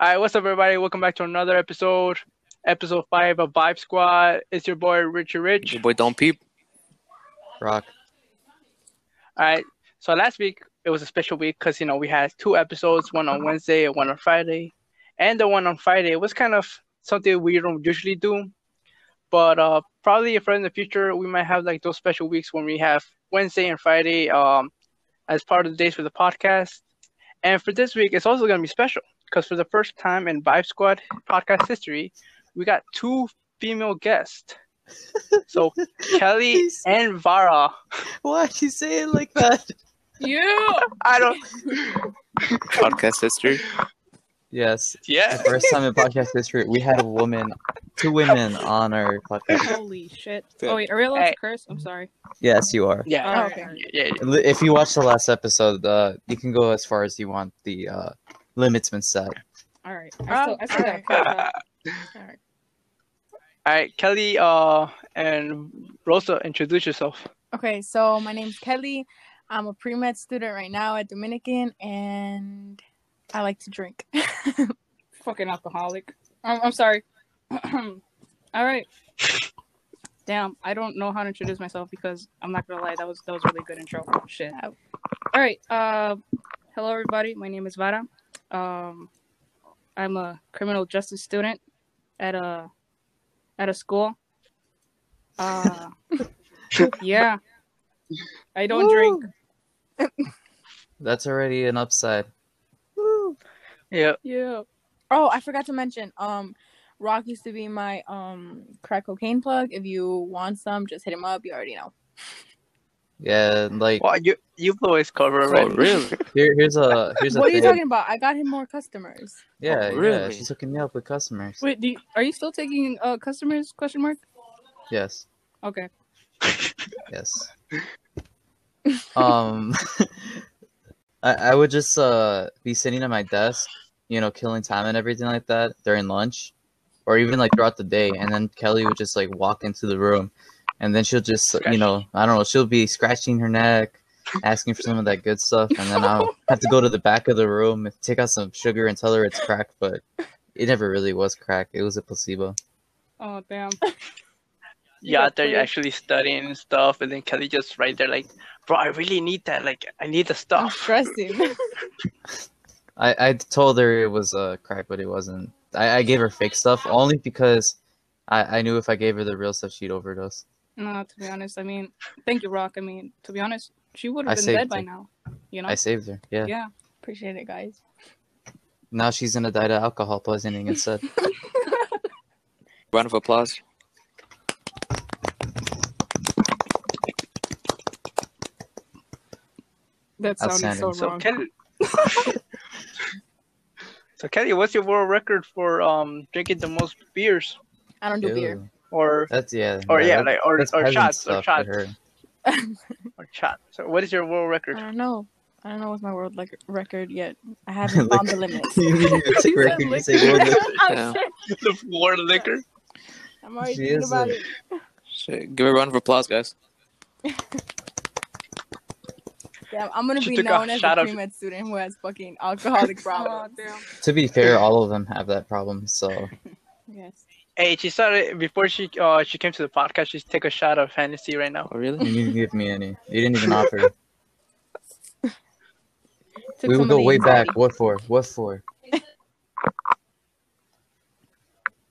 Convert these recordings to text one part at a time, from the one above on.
All right, what's up, everybody? Welcome back to another episode, episode five of Vibe Squad. It's your boy Richie Rich. Your boy Don't Peep. Rock. All right, so last week it was a special week because you know we had two episodes, one on Wednesday and one on Friday, and the one on Friday was kind of something we don't usually do, but uh, probably for in the future we might have like those special weeks when we have Wednesday and Friday um, as part of the days for the podcast. And for this week, it's also going to be special because for the first time in Vibe Squad podcast history, we got two female guests. So Kelly He's- and Vara. Why'd you say it like that? You. I don't. Podcast history. Yes. The Yeah. first time in podcast history, we had a woman, two women on our podcast. Holy shit. Yeah. Oh wait, are we allowed Hey. to curse? I'm sorry. Yes, you are. Yeah. Oh, Uh, okay. yeah. L- If you watch the last episode, uh, you can go as far as you want. The uh, limit's been set. All right. I still, I still Okay. got that. All right. All right, Kelly. Uh, and Rosa, introduce yourself. Okay, so my name's Kelly. I'm a pre med student right now at Dominican, and I like to drink. Fucking alcoholic. Um, I'm sorry. All right. Damn, I don't know how to introduce myself because I'm not gonna lie, that was that was really good intro. Shit. All right. Uh, hello everybody. My name is Vara. Um, I'm a criminal justice student at a at a school. Uh, yeah. I don't drink. That's already an upside. Yeah. Yeah. Oh, I forgot to mention, um, Rock used to be my um crack cocaine plug. If you want some, just hit him up. You already know. Yeah, like Well, you you've always covered Oh, already. really? here, here's a here's a What are you thing. talking about? I got him more customers. Yeah, Oh, yeah, really? she's hooking me up with customers. Wait, do you, are you still taking uh customers? Question mark. Yes, Okay. yes. um, I, I would just uh be sitting at my desk, you know, killing time and everything like that during lunch, or even like throughout the day, and then Kelly would just like walk into the room, and then she'll just you know I don't know she'll be scratching her neck. Asking for some of that good stuff, and then I'll have to go to the back of the room and take out some sugar and tell her it's crack, but it never really was crack. It was a placebo. Oh damn. You out there, you're Yeah. actually studying and stuff, and then Kelly just right there, like, bro, I really need that. Like, I need the I'm stuff. stressing. I, I told her it was uh, crack, but it wasn't. I, I gave her fake stuff only because I, I knew if I gave her the real stuff, she'd overdose. No, to be honest, I mean, thank you, Rock. I mean, to be honest, she would have I been saved dead by her. now. You know. I saved her. Yeah. yeah. Appreciate it, guys. Now she's gonna die to alcohol poisoning instead. Round of applause. That sounded so Outstanding. So wrong. Kelly. so Kelly, what's your world record for um drinking the most beers I don't do beer. Ew. or That's yeah. or Oh, yeah, that- like or, that's or peasant shots or stuff for shots her. or shots? So what is your world I record? Uh, don't know. I don't know what's my world like record yet. I haven't found the limit. You didn't even take said record, you liquor. said you were- Yeah. I'm, sure. the world liquor. I'm already She thinking is about a- it. Shit. Give her a round of applause, guys. Yeah, I'm gonna She be took a known as a shot of- pre med student who has fucking alcoholic Oh problems. damn. to be fair, all of them have that problem. So yes. Hey, she started before she uh she came to the podcast. She's take a shot of Hennessy right now. Oh, really? you didn't give me any. You didn't even offer. Took we some would of go the way anxiety. back. What for? What for?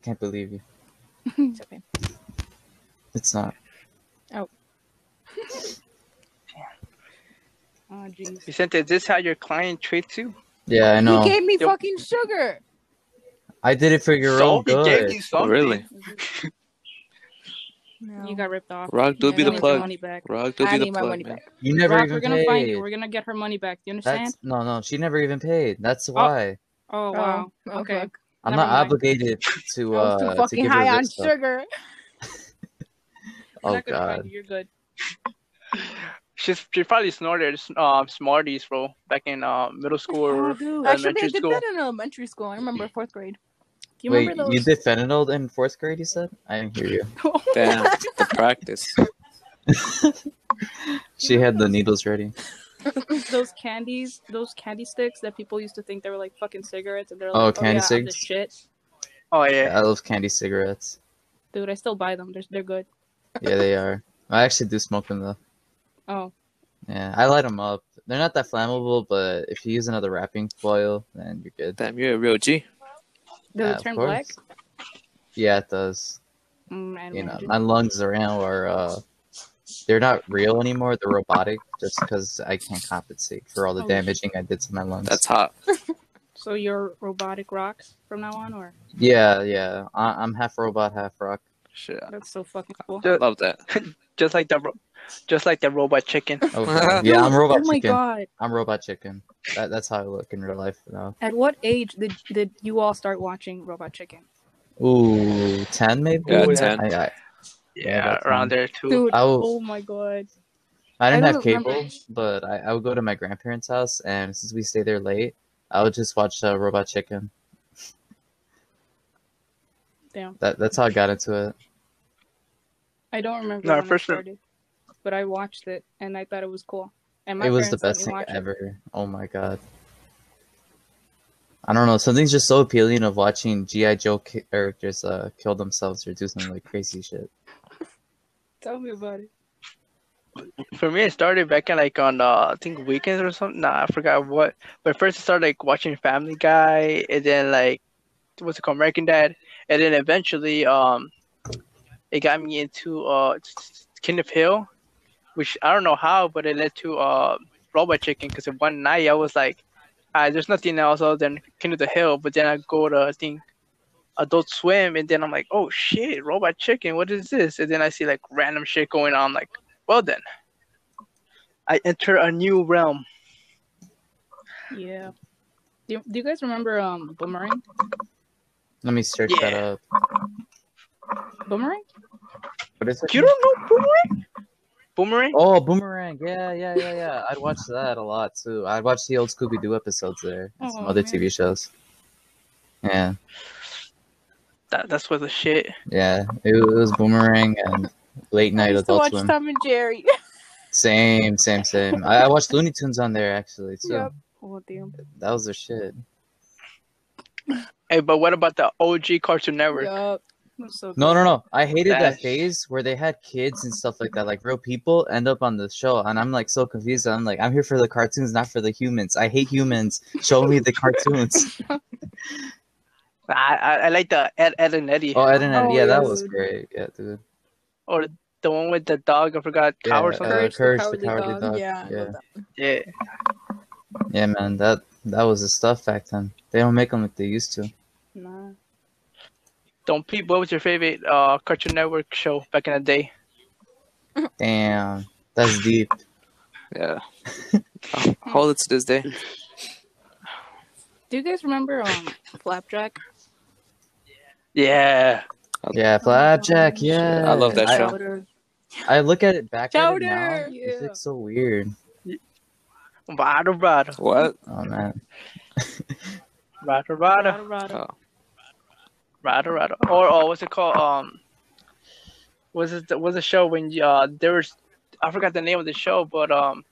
Can't believe you. It's okay. It's not. Oh jeez. Vicente, is this how your client treats you? Yeah, I know. He gave me Yep. fucking sugar. I did it for your so own he gave good. you something. Really? You got ripped off. Rock do Yeah, be You the need your plug. Money back. Rock do I be need the my money plug. man. back. You never Rock, we're even gonna paid. find you. We're gonna get her money back. Do you understand? That's no, no. She never even paid. That's why Oh wow. Oh, okay. fuck. I'm Never not mind. obligated to I was uh too to fucking give her high on this stuff. sugar. We're Oh not gonna find god. you. You're good. She's she probably snorted um Smarties, bro, back in uh middle school or Actually, I elementary did school. that in elementary Oh, school. I remember fourth grade. Do you Wait, remember those? you did fentanyl in fourth grade? You said I didn't hear you. Damn. the practice. She had the needles ready. those candies, those candy sticks that people used to think they were like fucking cigarettes, and they're like, Oh, oh, candy yeah, I'm cigs? the shit, Oh yeah. I love candy cigarettes. dude. I still buy them. They're they're good. Yeah, they are. I actually do smoke them though. Oh, Yeah, I light them up. They're not that flammable, but if you use another wrapping foil, then you're good. Damn, you're a real G. does Yeah, it of turn course. black? Yeah, it does. Mm, I don't You know, dude. my lungs are now are uh, they're not real anymore. They're robotic, just because I can't compensate for all the Oh, damaging I did to my lungs. That's hot. so you're robotic rocks from now on, or Yeah, yeah. I- I'm half robot, half rock. Shit, that's so fucking cool. I Ju- love that. Just like the, ro- just like the robot chicken. Okay. Oh, yeah, I'm robot Oh my chicken. god! I'm robot chicken. That- that's how I look in real life now. At what age did did you all start watching Robot Chicken? Ooh, ten maybe. Oh, Yeah, Ooh, 10. I, I, Yeah, Yeah, that's around fun. there too. Dude, I was- oh my god! I didn't I have don't cable, remember. but I, I would go to my grandparents' house, and since we stay there late, I would just watch uh, Robot Chicken. Damn. That that's how I got into it. I don't remember No, when for I sure. started, but I watched it and I thought it was cool. And my it was the best parents let me thing watch it. ever. Oh my god. I don't know. Something's just so appealing of watching GI Joe ki- characters uh, kill themselves or do some like crazy shit. Tell me about it. For me, it started back in like on uh, I think weekends or something. Nah, I forgot what. But first, I started like watching Family Guy, and then like what's it called, American Dad, and then eventually, um, it got me into uh King of Hill, which I don't know how, but it led to uh Robot Chicken because one night I was like, ah, there's nothing else other than King of the Hill. But then I go to I think Adult Swim, and then I'm like, oh shit, Robot Chicken, what is this? And then I see like random shit going on, like. Well then, I enter a new realm. Yeah. Do you, do you guys remember um Boomerang? Let me search that Yeah. up. Boomerang? What is it? You don't know Boomerang? Boomerang? Oh, Boomerang. Yeah, yeah, yeah, yeah. I'd watch that a lot too. I'd watch the old Scooby Doo episodes there and some Aw, other man. TV shows. Yeah, That, that's what the shit. yeah. It, wa- it was Boomerang and late I night used to Adult watch Swim. Tom and Jerry. Same, same, same. I, I watched Looney Tunes on there actually too. Yep. Oh damn. That was their shit. Hey, but what about the OG Cartoon Network? Yup. That's so No, no, no. I hated that That's- phase where they had kids and stuff like that, like real people, end up on the show, and I'm like so confused. I'm like, I'm here for the cartoons, not for the humans. I hate humans. Show me the cartoons. I, I I like the Ed, Ed and Eddie. Oh, I didn't. Oh, yeah, that yeah, was dude. great. Yeah, dude. Or the one with the dog, I forgot, cow or Yeah, something. uh, Courage the Courage Cowardly Dog. Yeah. I yeah. love that. yeah. Yeah, man, that that was the stuff back then. They don't make them like they used to. good. Nah. Don't peep, what was your favorite uh, Cartoon Network show back in the day? Damn, that's deep. Yeah. I hold it to this day. Do you guys remember um Flapjack? Yeah. Yeah, flapjack. Yeah, I love that I, show. I look at it back at it now. Chowder, It yeah. looks so weird. Bada bada. What? Oh man, Bada bada. Rada, rada. Oh. Bada bada. Or uh, what's it called? Um, was it was a show when uh there was I forgot the name of the show, but um,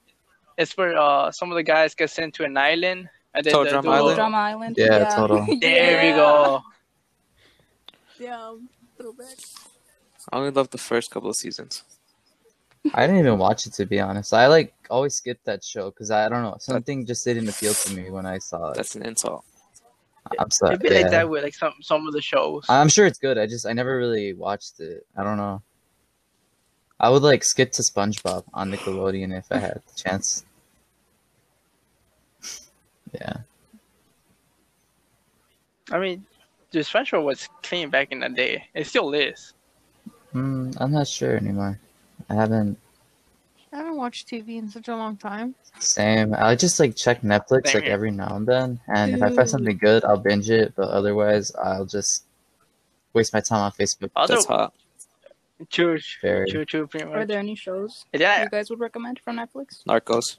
it's where uh some of the guys get sent to an island and then Toe they Drum do- Island? Drama Island. yeah, Yeah. total. There Yeah. we go. Damn. Throwback. I only loved the first couple of seasons. I didn't even watch it to be honest. I like always skipped that show because I don't know something just didn't appeal to me when I saw it. That's an insult. I'm sorry. It'd be yeah. like that with like some some of the shows. I'm sure it's good. I just I never really watched it. I don't know. I would like skip to SpongeBob on Nickelodeon if I had the chance. Yeah. I mean, the SpongeBob was clean back in the day. It still is. Hmm, I'm not sure anymore. I haven't. I haven't watched TV in such a long time. Same. I just like check Netflix Same like here. every now and then, and if I find something good, I'll binge it. But otherwise, I'll just waste my time on Facebook. Other That's hot. true, Very. true, true, pretty much. Are there any shows And then I- you guys would recommend from Netflix? Narcos.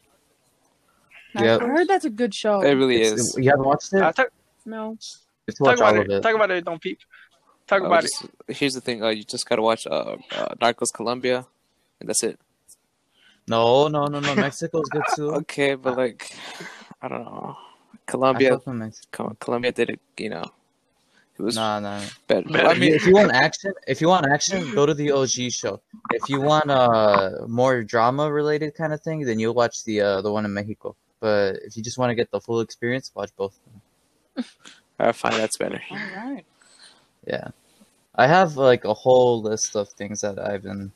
Yep. I heard that's a good show. It really It's- is. You haven't watched it? I Uh, talk, No. You have to talk watch about all of it. it. Oh, Talk about it. Don't peep. Talk I would about it. just- uh, Here's the thing. Uh, you just gotta watch uh, uh, Narcos Colombia, and that's it. No, no, no, no. Mexico's good too. Okay, but like, I don't know. I Colombia, fuck with Mexico. Co- Colombia did it. You know, it was Nah, nah. better. Better. I mean, if you want action, if you want action, go to the OG show. If you want uh more drama related kind of thing, then you'll watch the uh the one in Mexico. But if you just want to get the full experience, watch both. I find that's better. All right. Yeah. I have like a whole list of things that I've been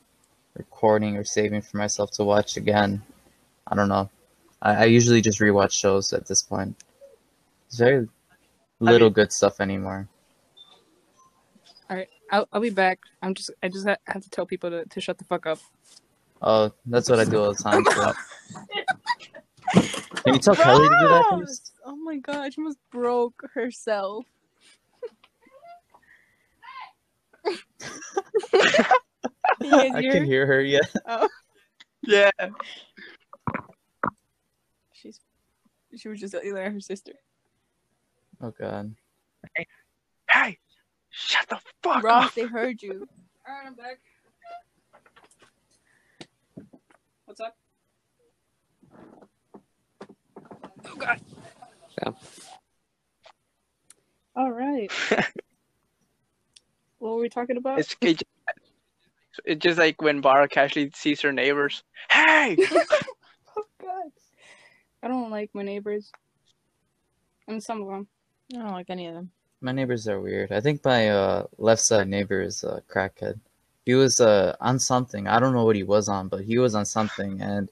recording or saving for myself to watch again. I don't know. I, I usually just rewatch shows at this point. There's very little good stuff anymore. I'll, I'll be back. I'm just I just ha- have to tell people to, to shut the fuck up. Oh, that's what I do all the time. too. Can you tell Kelly to do that? please? Gross! Oh my god, she almost broke herself. Can you guys I hear can her? hear her. Yeah. Yeah. She's she was just yelling at her sister. Oh god. Hey, shut the fuck Ross, up. they heard you. All right, I'm back. What's up? Oh god. Yeah. All right. what were we talking about? It's it, ju- it's just like when Bara casually sees her neighbors. Hey, Oh god. I don't like my neighbors. And some of them. I don't like any of them. My neighbors are weird. I think my uh, left side neighbor is a crackhead. He was uh, on something. I don't know what he was on, but he was on something. And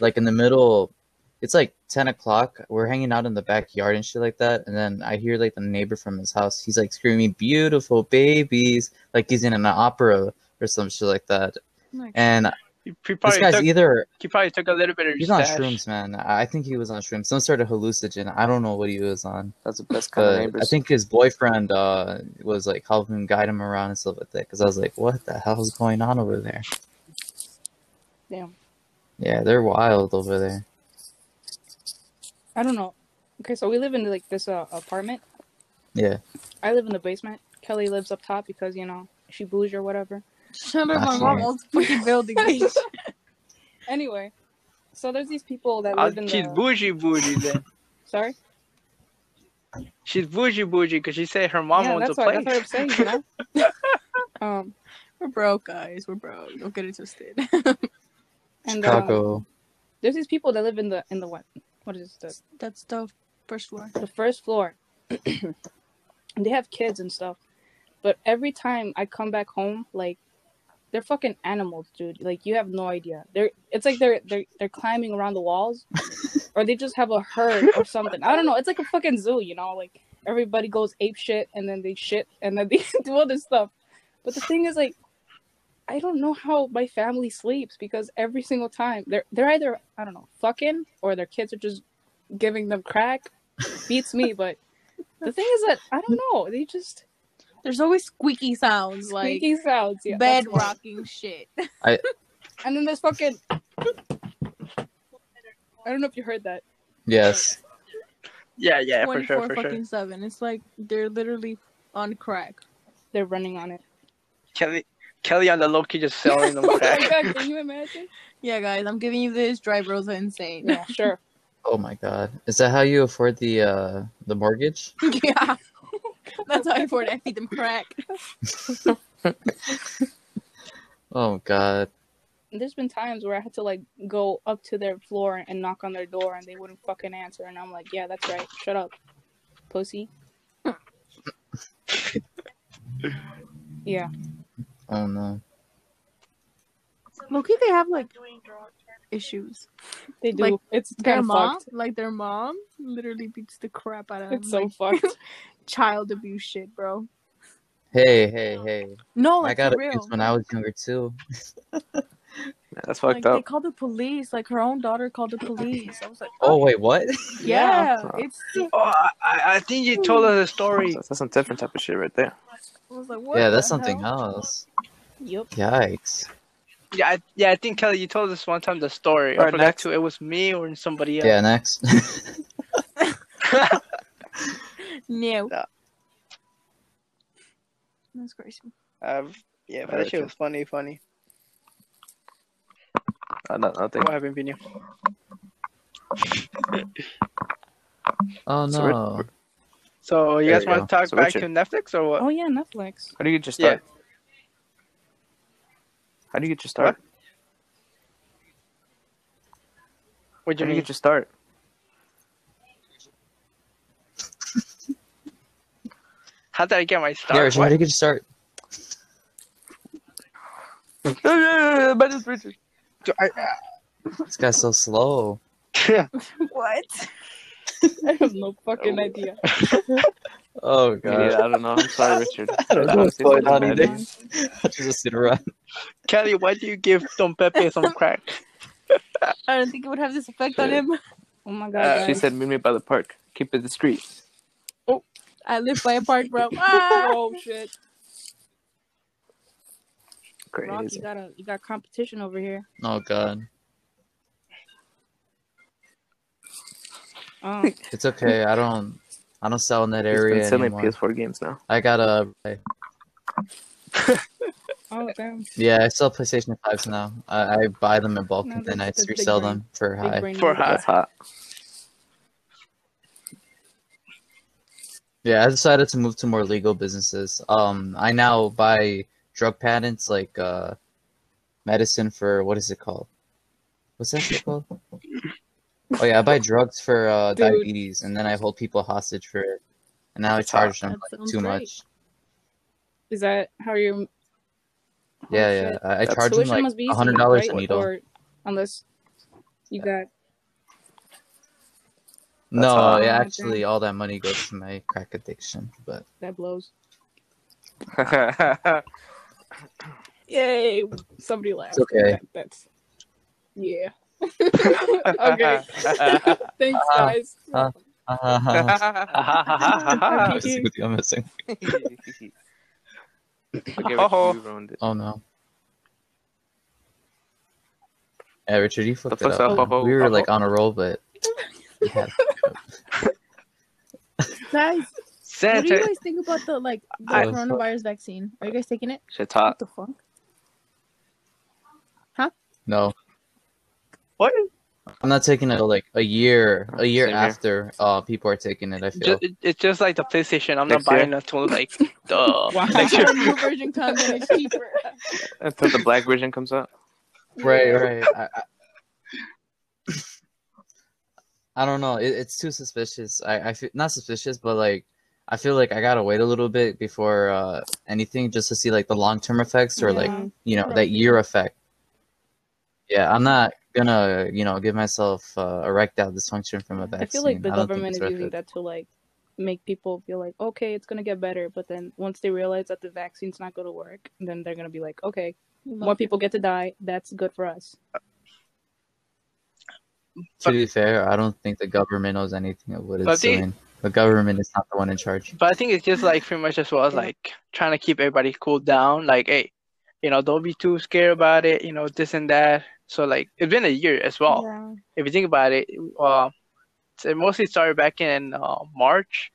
like in the middle, it's like 10 o'clock. We're hanging out in the backyard and shit like that. And then I hear like the neighbor from his house. He's like screaming, beautiful babies. Like he's in an opera or some shit like that. And he he this probably guy's took either he probably took a little bit of He's your on stash. shrooms, man. I I think he was on shrooms. Some sort of hallucinogen. I don't know what he was on. That's the best kind of But neighbors. I think his boyfriend uh, was like helping him guide him around and stuff like that. Because I was like, what the hell is going on over there? Damn. Yeah, they're wild over there. I don't know. Okay, so we live in like this uh, apartment. Yeah. I live in the basement. Kelly lives up top because you know she bougie or whatever. Shut up, my mom owns fucking building. Anyway, so there's these people that Uh, live in she's the. bougie bougie then. Sorry. She's bougie bougie because she said her mom yeah, owns a that's what, place. that's what I'm saying. You know. um, We're broke, guys. We're broke. Don't get it twisted. and uh, Chicago. there's these people that live in the in the what? What is this? That's the first floor. the first floor. they have kids and stuff. But every time I come back home, like they're fucking animals, dude. Like you have no idea. They're it's like they're they're they're climbing around the walls or they just have a herd or something. I don't know. It's like a fucking zoo, you know, like everybody goes ape shit and then they shit and then they do all this stuff. But the thing is like I don't know how my family sleeps because every single time they're they're either I don't know, fucking or their kids are just giving them crack beats me. But the thing is that I don't know. They just There's always squeaky sounds like like sounds, yeah, bed that's why. rocking shit. And then there's fucking. I don't know if you heard that. Yes. Yeah, yeah, for Twenty sure, four for sure. fucking seven. It's like they're literally on crack. They're running on it. Kelly, Kelly on the low key just selling them Oh my crack. god! Can you imagine? Yeah, guys, I'm giving you this. Drive Rosa insane. Yeah, sure. Oh my god. Is that how you afford the uh, the mortgage? yeah. That's how I afford. I feed them crack. Oh god. And there's been times where I had to like go up to their floor and knock on their door, and they wouldn't fucking answer. And I'm like, yeah, that's right. Shut up, pussy. yeah. Oh no. Loki, they have like issues. They do. Like, it's Their kind of mom, fucked. like their mom, literally beats the crap out of them. It's so Um, like, fucked. child abuse shit, bro. Hey, hey, hey. No, I like got for abused Oh, real. when I was younger too. that's Like fucked they up. called the police. Like her own daughter called the police. I was like, Oh wait, what? yeah, Yeah. it's. I Oh, I, I I think you told us a story. That's, that's some different type of shit right there. was like, what yeah, that's the something hell? else. Yep. Yikes. Yeah, I, yeah, I think Kelly, you told us one time the story. I Alright, forgot next. to. It was me or somebody Yeah, else. next. No. Yeah. That's crazy. Yeah, um, yeah, but that Alright, shit Kelly. was funny, funny. Uh, no, nothing. What happened, Vinny? Oh So we're- no. So you There guys we want go. to talk So back Richard- to Netflix or what? Oh yeah, Netflix. How do you get your Yeah. start? How do you get your start? What do you How do you mean? get your start? How did I get my start? yeah, Richard, how What? did you start? My name's Richard. Do I- This guy's so slow. What? I have no fucking idea. Oh god. Yeah, I don't know. I'm sorry, Richard. I don't know what's Honestly, going on something either. bad is- Just sit around. Kelly, why do you give Don Pepe some crack? I don't think it would have this effect on him. Oh my god. Uh, guys. She said, "Meet me by the park. Keep it discreet." I live by a park, bro. Ah! Oh shit. Rock, you Crazy. got a you got competition over here. Oh god. Um, It's okay. I don't. I don't sell in that He's been area selling anymore. PS4 games now. I got a. oh damn. Yeah, I sell PlayStation fives now. I, I buy them in bulk No, and then I that's- that's big resell brain. them for Big high. brain For move. high. That's hot. Yeah, I decided to move to more legal businesses. Um, I now buy drug patents like uh, medicine for what is it called? What's that shit called? Oh yeah, I buy drugs for uh, Dude. diabetes and then I hold people hostage for it, and now I That's hot. charge them That like, sounds too great. much. Is that how you? Yeah, Oh, shit. yeah, I, I That's- charge them Tuition like must be easy, hundred dollars right? a needle. Or, unless you got No, all. yeah, Oh, actually, all that money goes to my crack addiction. But that blows. That's Yay! Somebody laughed. It's okay. That- that's yeah. okay. Thanks, guys. uh, uh, okay, I'm missing. okay, Oh. Richard, you ruined it. Oh no. Yeah, Richard, you fucked it fuck's up. up, up, we were up, like up. on a roll, but yeah, Guys, what do you Santa. guys think about the like the I- Uh, coronavirus vaccine? Are you guys taking it? Shit's hot. What the fuck? no, What? I'm not taking it. Like a year, a year Same here. after uh, people are taking it. I Ju- feel. it- it's just like the PlayStation. I'm Next not buying until like the Wow. next year. When new version comes and it's cheaper. Until the black version comes out. Right, right. I, I, I don't know. It, it's too suspicious. I, I feel not suspicious, but like I feel like I gotta wait a little bit before uh, anything, just to see like the long term effects or like Yeah. you know that year effect. Yeah, I'm not gonna you know give myself uh, erectile dysfunction from a vaccine. I feel like the I don't think it's government is worth using it. that to like make people feel like okay, it's gonna get better, but then once they realize that the vaccine's not gonna work, then they're gonna be like, okay, more people get to die, that's good for us. To be fair, I don't think the government knows anything of what But it's the- doing. The government is not the one in charge. But I think it's just like pretty much as well as Yeah. like trying to keep everybody cool down. Like, hey, you know, don't be too scared about it. You know, this and that. So like, it's been a year as well. Yeah. If you think about it, uh, so it mostly started back in uh, March,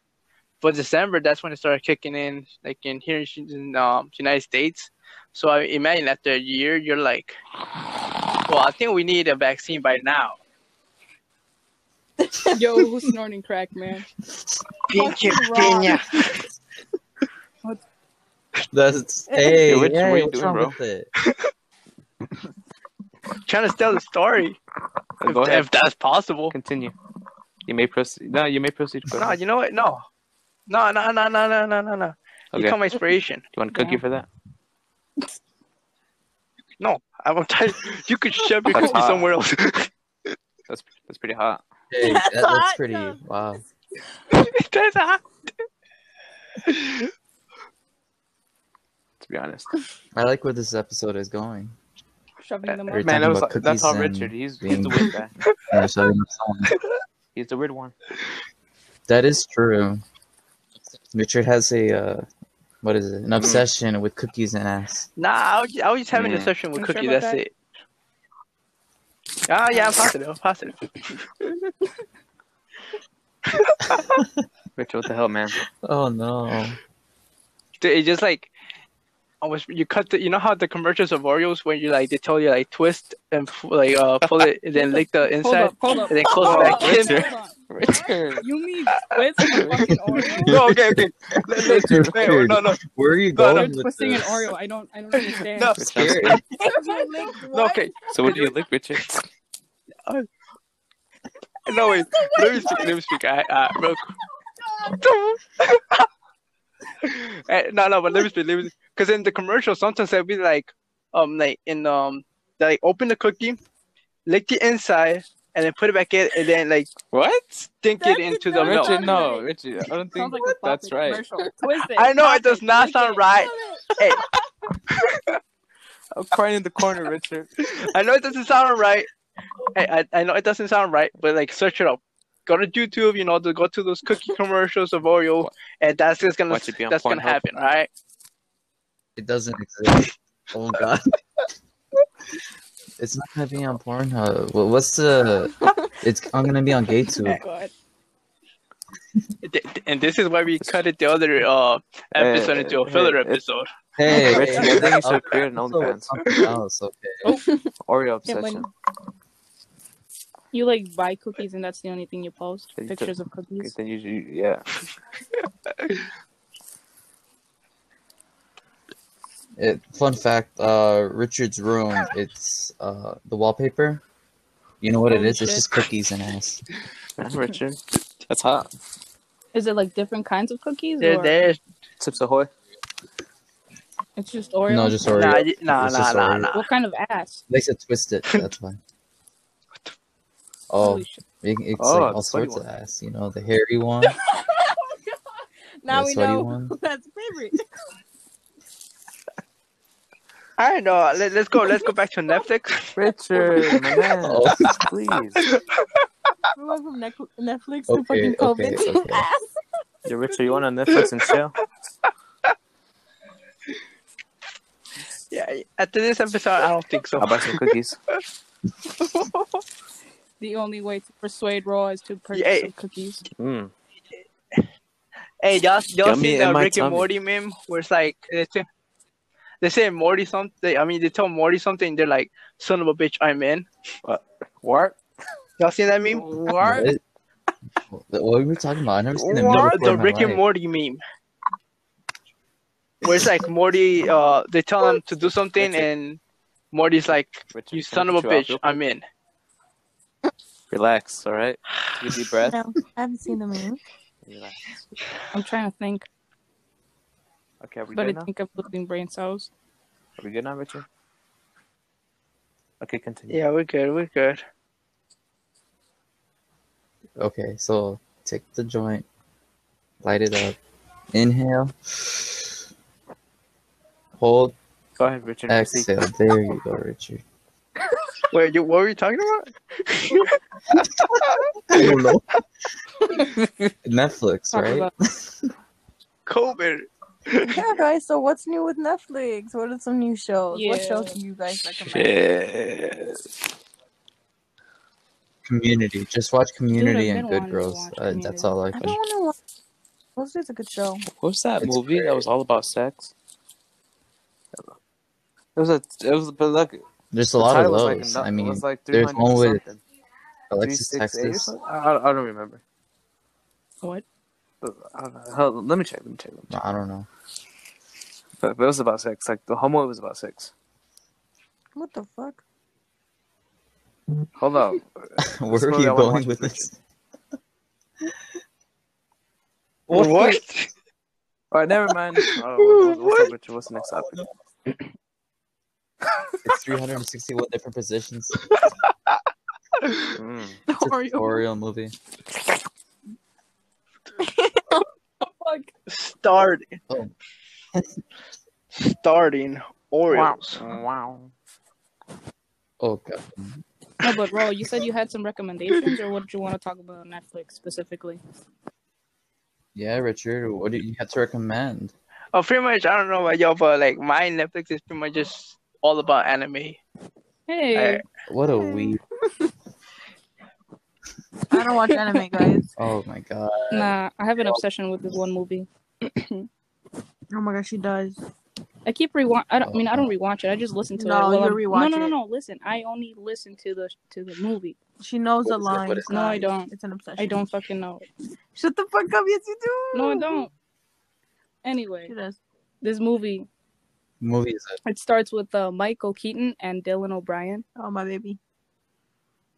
but December that's when it started kicking in, like in here in, Sh- in um, United States. So I imagine after a year, you're like, well, I think we need a vaccine by now. Yo, who's snorting crack, man? Pinche piña. That's hey, Rich, what hey, are you what's doing, bro? wrong with it? Trying to tell the story, if, Go ahead. if that's possible. Continue. You may proceed. No, you may proceed. Go No, ahead. you know what? No, no, no, no, no, no, no, no, no. You Okay. caught my inspiration. You want a cookie Yeah. for that? No, I will tell you. You could shove your That's cookie hot. somewhere else. That's that's pretty hot. Hey, that, That's that's hot, pretty. no. Wow. that's hot. To be honest, I like where this episode is going. Shoving them Every up. time- man, that was about that's all cookies and Richard. He's he's being- the weird guy. Yeah, so you know, someone- He's the weird one. that is true. Richard has a uh, what is Mm. it? An obsession with cookies and ass. Nah, I was, I was just having Mm. a session with You sure Cookie. about that's it. Ah, yeah, I'm positive. I'm positive. Richard, what the hell, man? Oh no! Dude, it's just like I was you cut the you know how the commercials of Oreos when you like they tell you like twist and f- like uh pull it and then lick the Hold inside up, hold up. and then close Hold it up, back in. hold up. Richard. You mean twist a fucking Oreo? No, okay, okay. Let- let's- Richard, wait, wait, no, no, Where are you No, no. going You're with twisting an this? Oreo. I don't I don't understand. No. Sounds good. Here. If you licked no, one, okay. So what do you lick, Richard? No, wait. oh Let me speak. Let me speak. I, I, real quick. Eh, no, no, but let me speak. Let me Because in the commercial, sometimes they'll be like, um, like in um, they like open the cookie, lick the inside, and then put it back in, and then like What? dink That it did into the not milk. Richard, no, Right. Richard. I don't think Sounds like a that's plastic right. commercial. Twist it. I know it does pop not lick sound it. right. Hey, I'm crying in the corner, Richard. I know it doesn't sound right. Hey, I, I know it doesn't sound right, but like search it up. Go to YouTube, you know, to go to those cookie commercials of Oreo, and that's just gonna Watch it be on that's gonna Pornhub. happen, all right? It doesn't exist. Oh god. it's not gonna be on Pornhub. Wha- What's the? It's. I'm gonna be on Oh GayTube. god. Th- th- And this is why we cut it the other uh, episode Eh, into a eh, filler eh, episode. Hey, Richard, I think you okay, should create an so OnlyFans. it's something else, okay. Oreo Yeah, when- obsession. You like buy cookies and that's the only thing you post? It's a- Pictures of cookies. Then you, you, yeah. It, fun fact: uh, Richard's room. It's uh, the wallpaper. You know what it Holy is? It's shit. just cookies and ass. That's Richard. That's hot. Is it like different kinds of cookies? There, or there's Tips Ahoy. It's just Oreo. No, just Oreo. nah, y- nah, It's nah, just nah, Oreo. nah. What kind of ass? They said twist it. That's why. Oh, Holy shit. it- it's Oh, like all the sweaty sorts of one. ass. You know, the hairy one, now the we sweaty know one. that's favorite. All right, no, let, let's go. Let's go back to Netflix. Richard, my man. Oh. Please. We went from Nec- Netflix to Okay, fucking COVID okay, to okay. ass. Yo, Richard, you want on Netflix and chill? yeah, after this episode, I don't think so. I'll buy some cookies. The only way to persuade Raw is to purchase Yeah. some cookies. Mm. Hey, y'all, y'all Yummy seen in that my Rick tummy. and Morty meme where it's like they say, they say Morty something. I mean, they tell Morty something. They're like, "Son of a bitch, I'm in." What? Y'all seen that meme? What? What? What were we talking about? I never seen the What? middle. The Rick and Morty meme. Where it's like Morty, uh, they tell him to do something, Richard. and Morty's like, Richard, "You can I son of a cut you off bitch, real quick? I'm in." Relax, all right? Take a deep breath. No, I haven't seen the meme. Relax. I'm trying to think, Okay, are we but I good now? think I'm losing brain cells. Are we good now, Richard? Okay, continue. Yeah, we're good. We're good. Okay, so take the joint, light it up, inhale, hold, Go ahead, Richard. proceed. exhale. There you go, Richard. Wait, you, what were you talking about? I don't know. Netflix, Talk right? about COVID. Yeah, guys. So what's new with Netflix? What are some new shows? What Yeah. shows do you guys recommend? Shit. Community. Just watch Community Dude, I've and been wanting Good to Girls. watch Uh, Community. that's all I I can. don't want to watch. What's this? A good show. What was that It's movie that was all about sex? It was a. It was but look. There's a the lot of title was like those. no- I mean, was like there's 300 one with something. Alexis 368 or Texas. something? I, I don't remember. What? But, I don't know. Hold on, let me check. Let me check. Let me check. No, I don't know. But, but it was about sex. Like the homo was about sex. What the fuck? Hold up. Where movie I are you wanna going watch with with this? What? All right, never mind. Uh, what, what's up, Richard? What's the next topic? It's 361 different positions. Mm. It's a Oreo. tutorial movie. Fuck. Start. Oh. Starting Orioles. Wow. Oh god. No, but Raw, you said you had some recommendations, or what did you want to talk about on Netflix specifically? Yeah, Richard, what do you have to recommend? Oh, pretty much. I don't know about y'all, but like my Netflix is pretty much just all about anime. Hey, I- What a weeb. I don't watch anime, guys. Oh my god. nah, I have an obsession with this one movie. Oh my gosh, she does. I I keep rewind. I don't I mean I don't rewatch it. I just listen to No, it. while you I'm- rewatch No, no, no, it. no. Listen, I only listen to the to the movie. She knows What the is it? What lines. is it? No, I guys. don't. It's an obsession. I don't fucking know. it. Shut the fuck up. Yes, you do. No, I don't. She Anyway, does. this movie movie is it? it starts with uh, Michael Keaton and Dylan O'Brien. Oh my baby.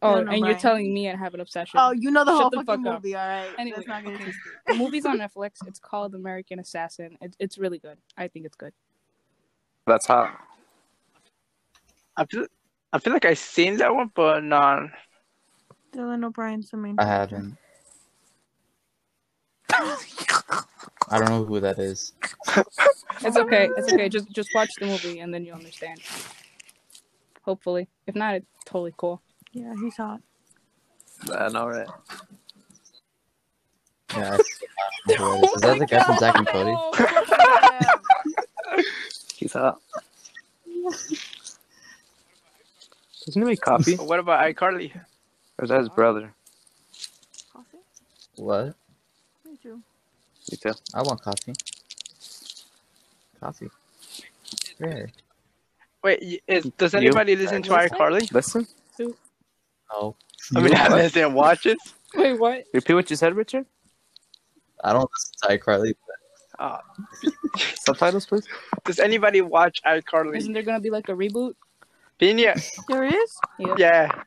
Oh, Dylan and O'Brien. you're telling me I have an obsession. Oh, you know the Shut whole the fucking fuck up. movie. All right. Anyway, Let's not get okay. into it. the movie's on Netflix. It's called American Assassin. It, it's really good. I think it's good. That's hot. I feel, I feel like I've seen that one, but no. Dylan O'Brien's the main. I haven't. I don't know who that is. It's Oh, okay. It's okay. Just just watch the movie and then you'll understand. Hopefully, if not, it's totally cool. Yeah, he's hot. I know, right? Yeah, I don't know who that is. Is that the guy from Zack and Cody? He's hot. Doesn't he make coffee? But what about iCarly? Or is that his brother? Coffee? What? Me too. Me too. I want coffee. Coffee. Rare. Wait, y- is, does You? anybody listen to iCarly? Listen. No. I mean, I listen, watch it. Wait, what? Repeat what you said, Richard. I don't listen to iCarly. Subtitles, please. Does anybody watch Isn't iCarly? there gonna be like a reboot? Pina, There is? yeah,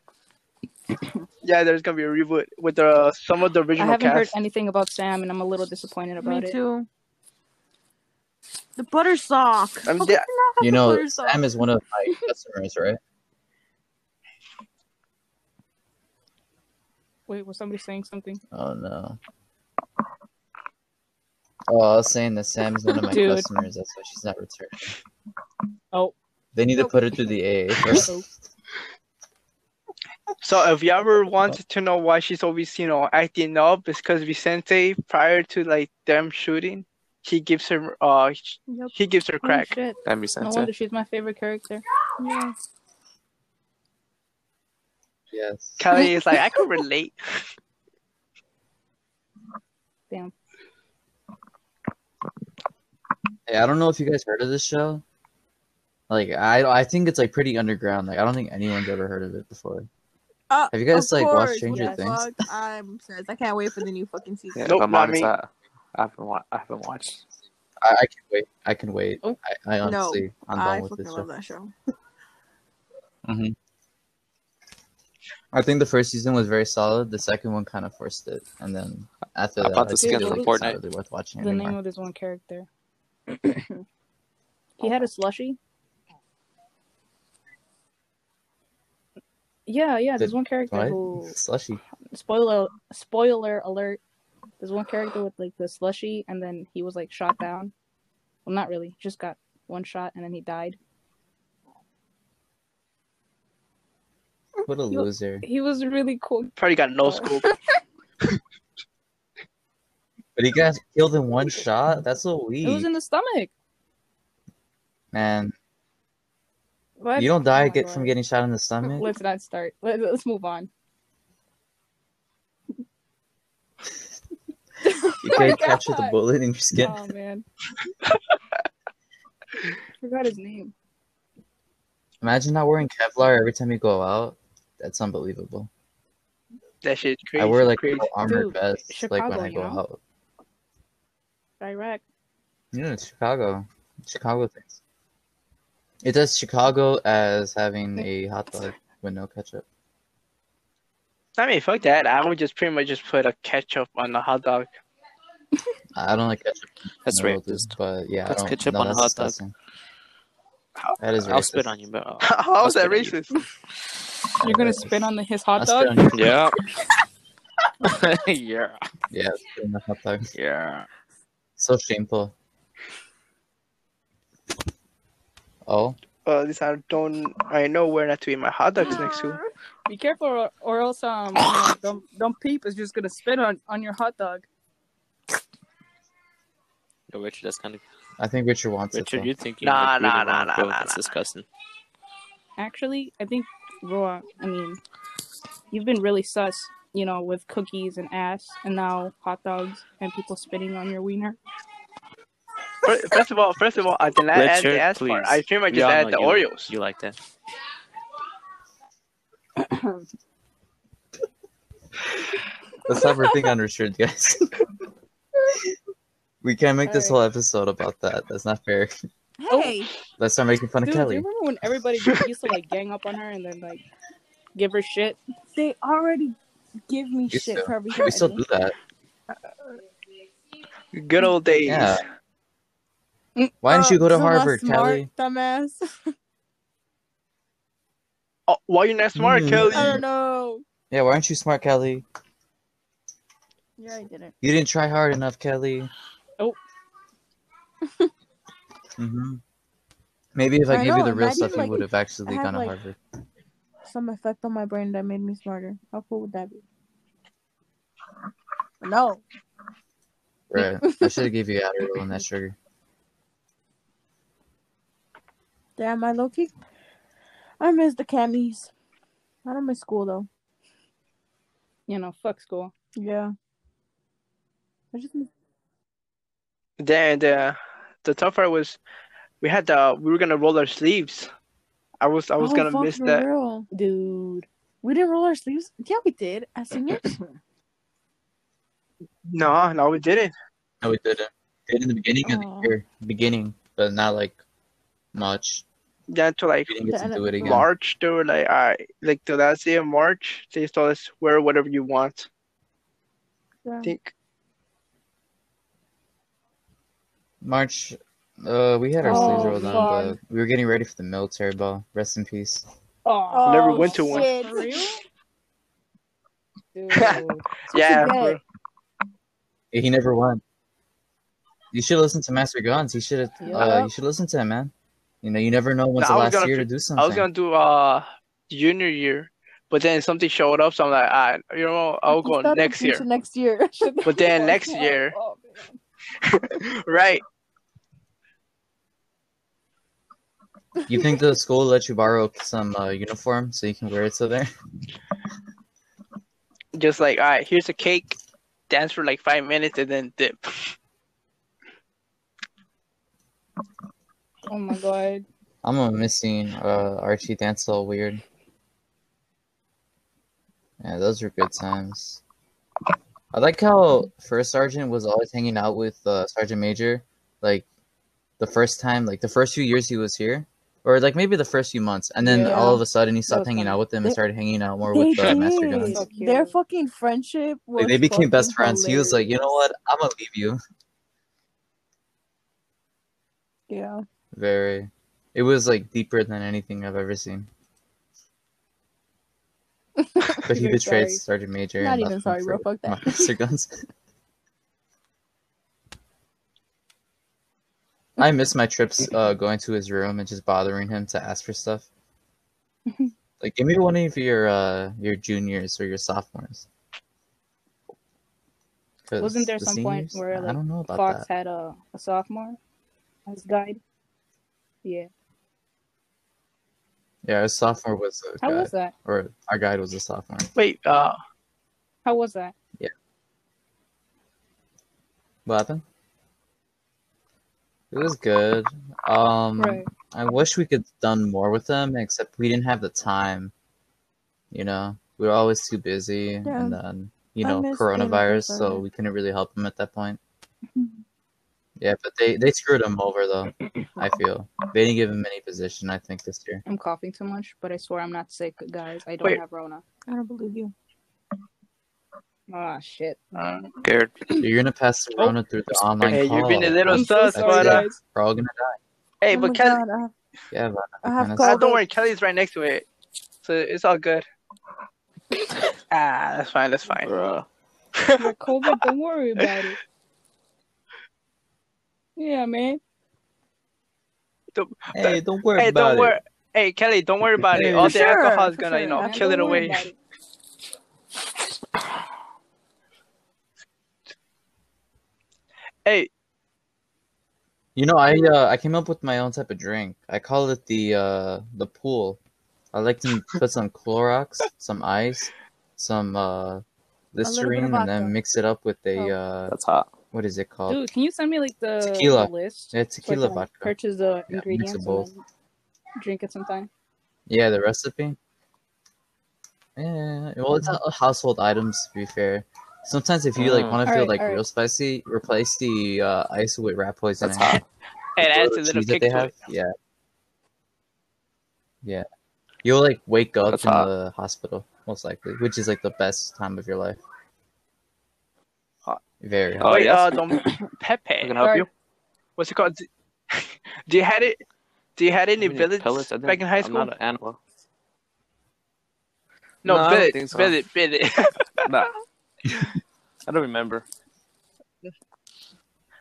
yeah. There's gonna be a reboot with the some of the I original haven't heard cast. anything about Sam, and I'm a little disappointed about Me it. too. The butter sock. I mean, yeah, Uh, You know, Butter sock. Sam is one of my customers, right? Wait, was somebody saying something? Oh no. Oh, I was saying that Sam is one of my Dude. customers. That's why she's not returning. Oh. They need to put her through the AA first. Oh. So if you ever wanted to know why she's always, you know, acting up, it's because Vicente, prior to like them shooting, he gives her, uh, sh- Yep. he gives her Oh, crack. shit. That'd be No sense. wonder she's my favorite character. Yeah. Yes. Kelly is like, I could relate. Hey, I don't know if you guys heard of this show. Like, I I think it's like pretty underground. Like, I don't think anyone's ever heard of it before. Uh, Have you guys, of like, watched course, Stranger yes. Things? Fuck, I'm obsessed. I can't wait for the new fucking season. Yeah, Nope, if I'm not honest, me. I, I haven't wa- I haven't watched. I, I can wait. I can wait. Oh. I, I No, honestly, I'm I done with fucking this love show. that show. I think the first season was very solid. The second one kind of forced it, and then after I that, bought the think skin it from was not Fortnite. really worth watching The name anymore. of this one character. he had a slushy. Yeah, yeah. There's The- one character What? who Slushy. spoiler spoiler alert. There's one character with like the slushy, and then he was like shot down. Well, not really. He Just got one shot, and then he died. What a You- loser. He was really cool. Probably got no scoop. But he got killed in one shot. That's so weak, It was in the stomach. man. What? Oh, You don't die my get God. from getting shot in the stomach. Let's not start. Let, let's move on. you can't my capture the Oh, God. bullet in your skin. Oh man. Forgot his name. Imagine not wearing Kevlar every time you go out. That's unbelievable. That shit's crazy. I wear like crazy. little armored Dude, vests, like Chicago, when I you go know? out. Iraq. Yeah, it's Chicago. Chicago things. It does Chicago as having a hot dog with no ketchup. I mean, fuck that. I would just pretty much just put a ketchup on the hot dog. I don't like ketchup. That's right. racist. But yeah, Puts I don't, ketchup no, on a that's hot dog. disgusting. That is I'll racist. spit on you, but uh, I'll- How is that That's racist? You're gonna spin on the, his hot I'll spit dog. on you. yeah. yeah. Yeah, spit on the hot dog. Yeah. So shameful. Oh, Well, at least I don't. I know where not to eat my hot dogs next to. Be careful, or, or else um, you know, don't don't peep is just gonna spit on on your hot dog. No, Richard, that's kind of. I think Richard wants it. Richard, though. you're thinking. Nah, like, nah, really nah, wrong, nah, bro. nah, That's nah. disgusting. Actually, I think Roa. I mean, you've been really sus, you know, with cookies and ass, and now hot dogs and people spitting on your wiener. First, first of all, first of all, I did not add Richard, the ass part. please. I dream I We just all added the know you- Oreos. You like that? Let's have our thing unrestricted, guys. we can't make this Alright. whole episode about that. That's not fair. Hey, Oh. Let's start making fun of Dude, do you Kelly. remember when everybody just used to like gang up on her and then like give her shit? they already give me We shit still- for everything. We still I do that. Good old days. Yeah. Why Oh, didn't you Uh, go to Harvard, Kelly? Dumbass. Oh, why you not smart, Mm. Kelly? I don't know. Yeah, why aren't you smart, Kelly? Yeah, I didn't. You didn't try hard enough, Kelly. Oh. hmm Maybe if I, I gave you know, the real imagine, stuff, like, you would have actually I have, gone to like- Harvard. Some effect on my brain that made me smarter. How cool would that be? No. Right. I should have gave you Adderall and that sugar. Damn, I low key. I miss the camis. I don't miss school though. You know, fuck school. Yeah. I just miss- Then the the tough part was we had the we were gonna roll our sleeves. I was I was Oh, gonna fuck, miss for that. real. Dude. We didn't roll our sleeves. Yeah, we did. As seniors. No, no, we didn't. No, we didn't. Did in the beginning of the Aw. year. Beginning, but not like much. Then to like We didn't get The to end do of- it again. March, they were like, all right, like the last day of March, they told us wear whatever you want. Yeah. I think March, uh, we had our Oh, sleeves rolled down, fuck. but we were getting ready for the military ball. Rest in peace. Oh, Never went to one. shit. for real? Dude. yeah, get? bro. Yeah, He never won. You should listen to Master Guns. You should, uh, Yeah. you should listen to him, man. You know, you never know when's No, I the was last gonna year fi- to do something. I was gonna do uh junior year, but then something showed up, so I'm like, all right, you know, I'll go Start the next future year. Next year. But then next Oh, year, oh, right? You think the school will let you borrow some uh, uniform so you can wear it to there? Just like, all right, here's a cake, dance for like five minutes, and then dip. oh my god. I'm uh, missing uh, Archie dance all weird. Yeah, those were good times. I like how first sergeant was always hanging out with uh, sergeant major, like the first time, like the first few years he was here, or like maybe the first few months, and then Yeah. all of a sudden he stopped was hanging funny. out with them They- and started hanging out more they with uh, master did. guns. So cute. Their fucking friendship was. Like, they became best fucking friends. He was like, you know what, I'm gonna leave you. hilarious. Very, it was like deeper than anything I've ever seen. But he You're betrayed sorry. Sergeant Major. Not and even left sorry, him bro, for fuck that. Master Guns. I miss my trips uh, going to his room and just bothering him to ask for stuff. like, give me one of your uh, your juniors or your sophomores. 'Cause Wasn't there the some point seniors? where, I like, don't know about Fox that. had a, a sophomore as guide. Yeah. Yeah, our sophomore was a How guide, was that? or our guide was a sophomore. Wait, uh, How was that? What happened? It was good. Um, Right. I wish we could done more with them, except we didn't have the time. You know, we were always too busy, Yeah. and then you I know miss being with my coronavirus, so brother. we couldn't really help them at that point. Mhm. Yeah, but they they screwed him over though. I feel they didn't give him any position. I think this year. I'm coughing too much, but I swear I'm not sick, guys. I don't Wait. have Rona. Yeah. I don't believe you. Ah, shit. uh, Scared. You're gonna pass the Oh. corona through the online hey, call. you're being a little I'm so sus, sorry, but uh, guys. We're all gonna die. hey, Oh but my Kelly, God, I have- Yeah, but I have Kinda COVID. sucks. uh, don't worry, Kelly's right next to it, so it's all good. ah, that's fine, that's fine. Bruh. You're COVID. Don't worry about it. Yeah, man. hey, don't worry Hey, about don't worry. it. Hey, Kelly, don't worry about it. Hey. All For the sure, alcohol is for gonna, you sure, know, man, kill it don't worry away. about it. Hey, You know, I uh, I came up with my own type of drink. I call it the uh, the pool. I like to put some Clorox, some ice, some uh, bit of Listerine, and vodka. then mix it up with a Oh. uh, That's hot. what is it called? Dude, can you send me like the, Tequila. the list? yeah, so I tequila can, like, vodka. Purchase the mix ingredients it and both. then drink it sometime. Yeah, the recipe. Yeah, well, it's a- household items to be fair. Sometimes if you like Mm. want to All feel right, like all right. real spicy, replace the uh, ice with rat poison That's hot. and It adds a the little cheese that kick they to have. it. Yeah, yeah. You'll like wake up That's in hot. the hospital most likely, which is like the best time of your life. Hot. Very Oh, hot. Wait, yes. uh, Don I Pepe, can help Sorry. you. what's it called? Do do you had it? Do you had any How many village pellets? I back in didn't- high I'm school? not an animal. No, No, I don't billet, think so. billet, billet. No. I don't remember.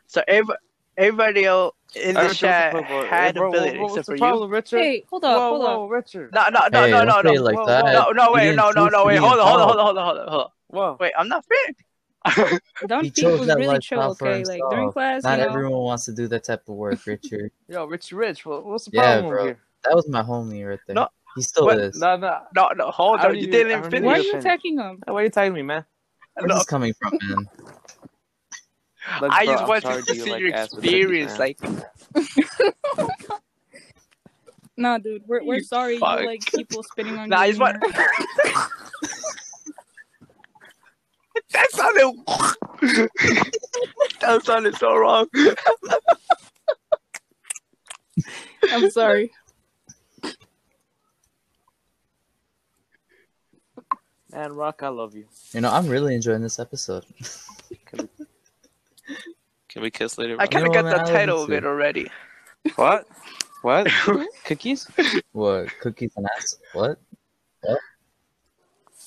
so every, everybody else in the I refuse to chat play ball. had Hey, bro, a billet what- what's except the for you. problem, Richard? Hey, hold up, whoa, hold whoa, up. Richard. No, no, no, Hey, no, don't no, say no. it like Whoa, that. No, no, You wait, didn't no, no, choose no, to wait, be hold on, hold on, involved. hold on, hold on, hold on, hold on. Whoa. Wait, I'm not finished. Don He Pete chose was that really chill, lifestyle for okay? Like during himself. class, Not you know. everyone wants to do that type of work, Richard. Yo, Rich Rich, what, what's the Yeah, problem bro. here? That was my homie right there. No, he still what- is. No, no. No, no, hold on. I don't You even- I didn't don't finish. Why are Finish. you attacking him? Why are you tagging me, man? Where's No, this coming from, man? Look, I bro, just I'm wanted sorry, to do you see like your ass with titties, experience. man? Like, Nah, dude, we're, we're You sorry. fuck. You like people spitting on Nah, you. it's what- and you're- that sounded. that sounded so wrong. I'm sorry. Man, Rock, I love you. You know, I'm really enjoying this episode. Can we kiss later? I bro? kind know of got what, the man, I love title you of too. it already. What? What? Cookies? What cookies and ass? What? What?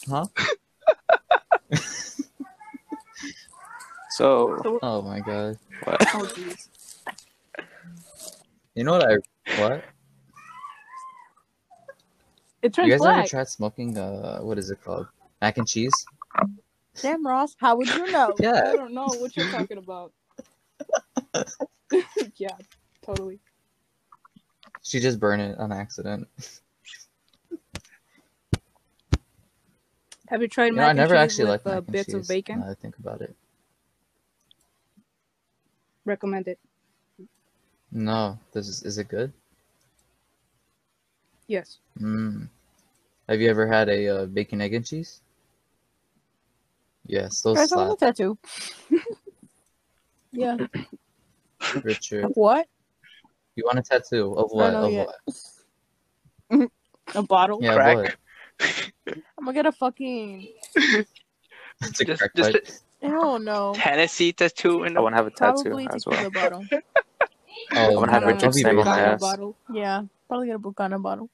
Huh? So, Oh my god! what? Oh, jeez. You know what I? What? You It turns guys black. ever tried smoking? Uh, what is it called? Mac and cheese? Damn, Ross, how would you know? Yeah. I don't know what you're talking about. yeah, totally. She just burned it on accident. Have you tried You know, mac I never and cheese actually with liked uh, mac and bits cheese. of bacon? now that I think about it. Recommend it. No, this is is it good? Yes. Mm. Have you ever had a uh, bacon egg and cheese? Yes, those Guys, I slap, want a tattoo. yeah. Richard. What? You want a tattoo of what? know Of yet. what? A bottle. Yeah, Crack. what? I'm gonna get a fucking. It's a Just- crack just- pipe. I don't know. Tennessee tattoo and I want to have a tattoo Probably as tequila well. bottle. Oh, wanna no, have don't Richard's be name on racist. my Bucana ass. bottle. Yeah, probably get a Bucana bottle.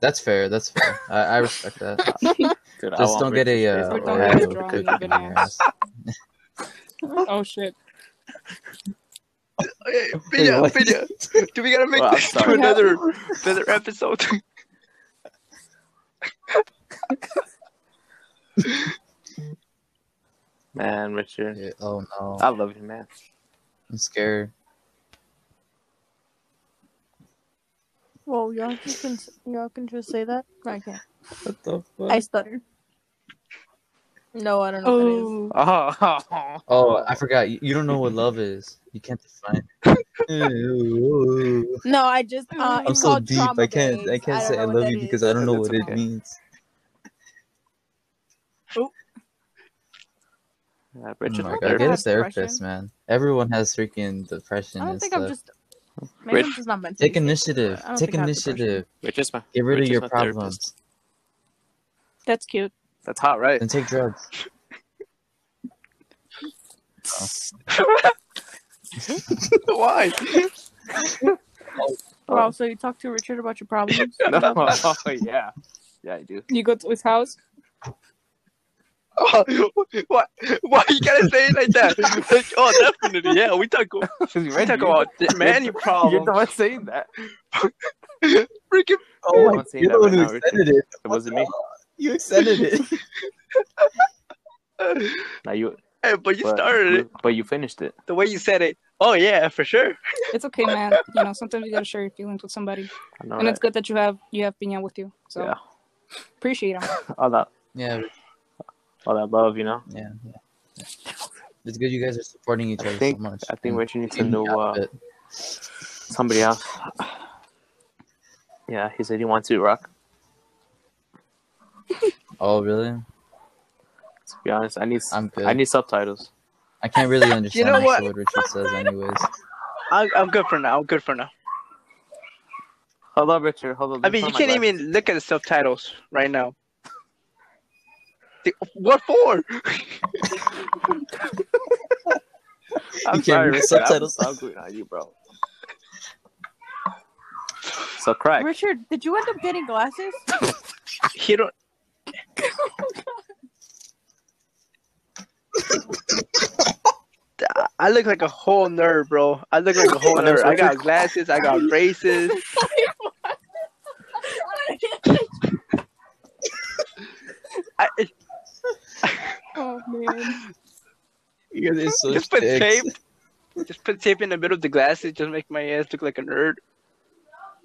That's fair. That's fair. I, I respect that. Dude, I Just want don't get a Richard's uh, We're face on my ass. Oreo done with drawing cookie up an in your ass. ass. Oh shit. Hey, Pinya, what? Pinya, eh, do we gotta make Well, I'm this to sorry. another another episode? Man, Richard. Yeah, Oh no, I love you, man. Uh, I'm scared. Well, y'all can y'all can just say that. I can't. What the fuck? I stutter. No, I don't know what that is. Oh. Oh, Oh, I forgot. You, you don't know what love is. You can't define. it. No, I just uh, I'm I'm it's so called deep. trauma I can't. babes. I can't don't say know I what love that you is. because I don't know That's what it okay. means. Yeah, Oh Richard, my I god, don't get a have therapist, depression. man. Everyone has freaking depression I don't and think I'm stuff. just. Maybe I'm Rich. just not meant to. Take be sick. initiative. I don't Take think I have depression. initiative. Richard's my. Get rid of Richard's your my therapist. problems That's cute. That's hot, right? and take drugs. Why? Oh. Wow, so you talk to Richard about your problems? No. Oh, yeah. Yeah, I do. You go to his house. Why? Why you gotta say it like that? Like, oh, definitely. Yeah, we talk. We talk about th- man, your You're problem. the one saying that. Freaking Oh, I'm saying you're that the right one who now, Richard. extended it. It wasn't me. You extended it. Now you. uh, Hey, but you but- started it But you finished it. the way you said it. Oh yeah, for sure. It's okay, man. You know, sometimes you gotta share your feelings with somebody, I know, and right? it's good that you have you have Pina with you. So Yeah. appreciate him. All that. Yeah. all that love, you know. Yeah. yeah. It's good you guys are supporting each I other think- so much. I think and Richie needs to teaming know up uh, a bit. somebody else. Yeah, he said he wants to rock. Oh really? To be honest, I need I'm good. I need subtitles. I can't really understand know most what? of what Richard says, anyways. I'm, I'm good for now. I'm good for now. Hold on, Richard. Hold on. I Oh mean, you can't even look at the subtitles right now. The- What for? I'm You can't sorry, Richard. read I'm- subtitles. I'm good on you, bro. So crack. Richard, did you end up getting glasses? He don't. I look like a whole nerd, bro. I look like a whole My name's nerd. I got Richard. glasses. I got braces. I, oh man. You guys are so just put dicks. tape. Just put tape in the middle of the glasses. Just make my ass look like a nerd.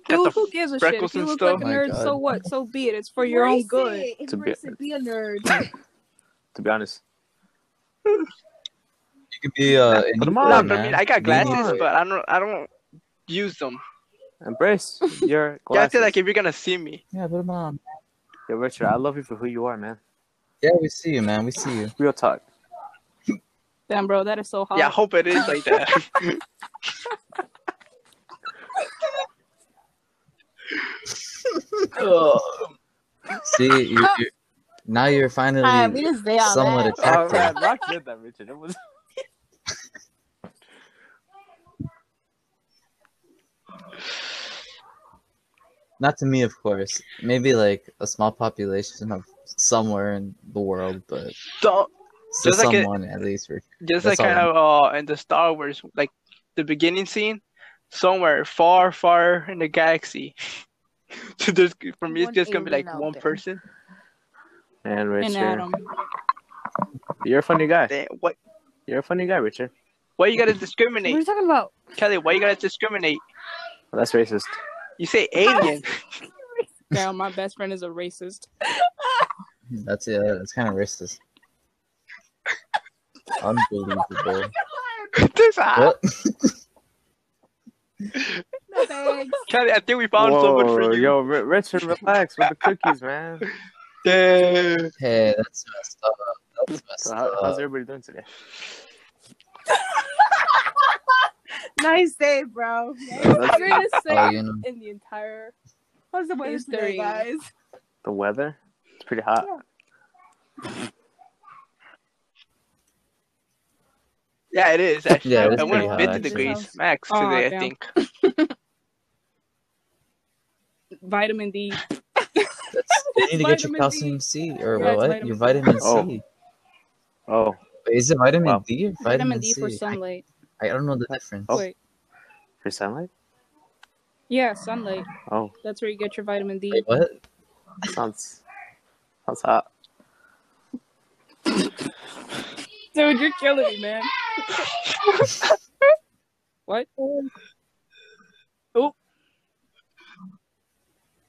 Got Dude, the who gives a shit? freckles If you and look stuff. like a Oh My nerd, God. so what? So be it. It's for your own good. It's To be- embrace it. Be a nerd. To be honest, You could be uh, an Put 'em equal, No, but I man. mean, I got You need glasses, to- but I don't. I don't use them. embrace your Yeah, I glasses. feel like if you're gonna see me, Yeah, put 'em on. Yo, Richard, I love you for who you are, man. Yeah, we see you, man. We see you. Real talk. Damn, bro, that is so hot. yeah, I hope it is like that. See you. you're- Now you're finally Alright, we just stay on somewhat that. Oh, attractive. Rock did that, Richard. It was. Not to me, of course. Maybe like a small population of somewhere in the world, but So to Just like a- someone at least. Richard. just That's like kind all of uh in the Star Wars, like the beginning scene, somewhere far, far in the galaxy. so there's for me, it's One just gonna be alien like out one there. person. And And Richard, Adam. you're a funny guy. Then what? You're a funny guy, Richard. Why you gotta What are you discriminate, talking about? Kelly? Why you gotta discriminate? Well, that's racist. You say alien. Damn, my best friend is a racist. That's yeah. That's kind of racist. Unbelievable. This- ah, What? No thanks. Kelly, I think we found someone for you. yo, R- Richard, relax with the cookies, man. Damn. Hey, that's messed up. That's messed So how, how's up. everybody doing today? nice day, bro. Nice That's Greatest Oh, thing you know, in the entire. How's the weather History. today, guys? the weather. It's pretty hot. Yeah, it is. Actually. Yeah, it is I pretty went hot, 50 actually. degrees max oh, Aw, today, I damn. think. Vitamin D. that's, you need to get your Vitamin D. calcium C or Yeah, it's what? vitamin Your vitamin Oh. C. Oh, Wait, is it vitamin Wow. D or Vitamin vitamin, D C? for sunlight. I Oh. don't know the difference. Wait. for sunlight. Yeah, sunlight. Oh, That's where you get your vitamin D. Wait, what? sounds sounds hot. Dude, you're killing me, man. what?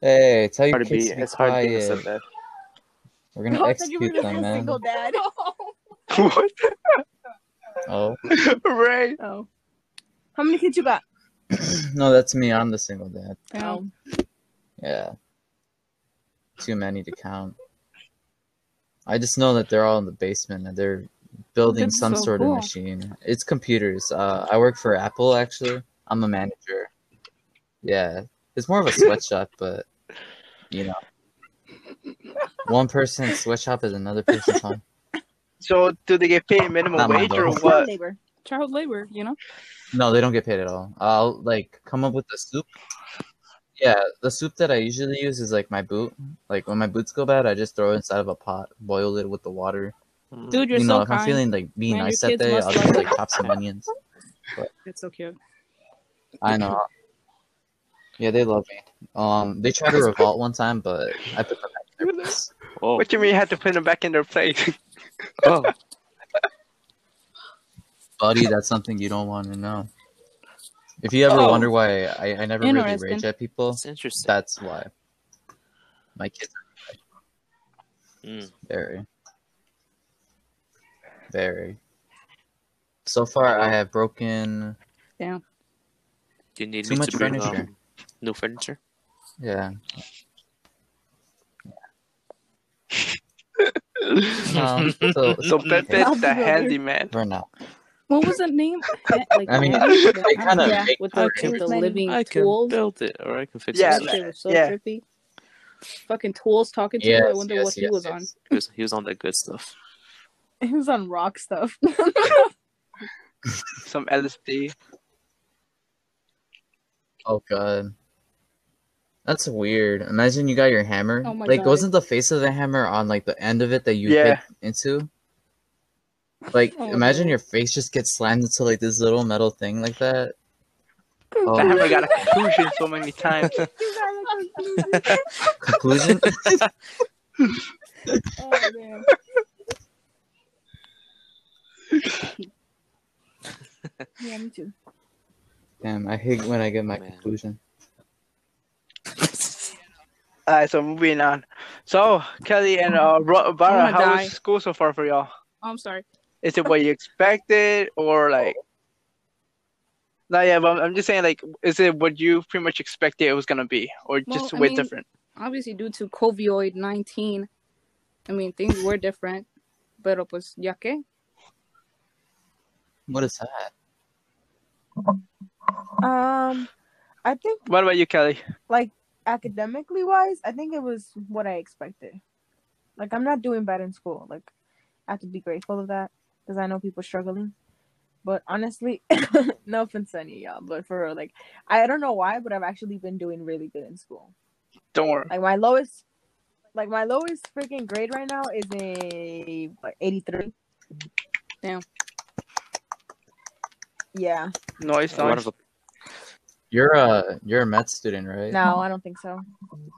Hey, tell your Hard to kids be. to be It's hard to be quiet. that. We're gonna I thought you were execute gonna them, be a man. single dad. what? Oh Right. Oh. How many kids you got? no, that's me. I'm the single dad. Damn. Um, Yeah, too many to count. I just know that they're all in the basement and they're building That's some so sort cool. of machine. It's computers. Uh, I work for Apple actually. I'm a manager. Yeah, it's more of a sweatshop, but you know, one person's sweatshop is another person's home. So, do they get paid minimum Not my wage or dog. what? Oh, Neighbor. Child labor, you know? No, they don't get paid at all. I'll like come up with the soup. Yeah, the soup that I usually use is like my boot. Like when my boots go bad, I just throw it inside of a pot, boil it with the water. Mm. Dude, you're you know, so if kind. I'm feeling like being Man, your nice that kids day, must I'll just like- like pop some onions. That's so cute. I know. Yeah, they love me. Um, they tried to revolt one time, but I put them back in their place. Oh, What you mean you had to put them back in their place? oh, Buddy, that's something you don't want to know. If you ever Oh. wonder why I, I never really Interesting. rage at people, That's interesting. that's why. My kids are Mm. very. Very. So far, I have broken. Do you need Too me much to bring furniture. um, new furniture? Yeah. Um, so, So Pepe, I'll be the over. handyman. we're not. What was the name? like, I mean, yeah, I kind of Yeah. with the, Okay. with the living I can tools. build it, or I can fix Yeah, That it. shit was so yeah. trippy. Fucking tools talking to Yes, you. I wonder yes, what he yes, was yes. on. He was, he was on that good stuff. It was on rock stuff. Some LSD. Oh god. That's weird. Imagine you got your hammer. Oh my like God. wasn't the face of the hammer on like the end of it that you Yeah. hit into? Like Oh, imagine no. your face just gets slammed into like this little metal thing like that. The Oh, hammer got a conclusion so many times. conclusion? Oh man. yeah, me too. Damn, I hate when I get my Man. conclusion. All right, so moving on. So Kelly and uh, Ro- Bara, gonna how die. was school so far for y'all? I'm sorry. Is it what you expected, or like? No, yeah, but I'm- I'm just saying, like, is it what you pretty much expected it was gonna be, or Well, just I way mean- different? Obviously, due to COVID 19, I mean, things were different. Pero pues, ya que? What is that? Um, I think What about you, Kelly? like academically wise, I think it was what I expected. Like I'm not doing bad in school. Like I have to be grateful of that because I know people struggling. But honestly, no offense to any of y'all, but for real, like I don't know why, but I've actually been doing really good in school. Don't worry. Like my lowest, like my lowest freaking grade right now is a what, 83. Damn. Yeah. Noise, One noise. of the You're a you're a med student, right? No, I don't think so.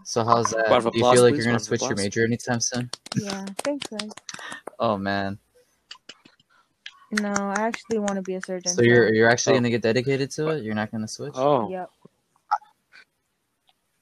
So how's that? Round of Do you applause, feel like please. you're gonna Round of switch your applause. major anytime soon? Yeah. Thanks, guys. Oh man. No, I actually want to be a surgeon. So you're you're actually Oh. gonna get dedicated to it? You're not gonna switch? oh, Yep.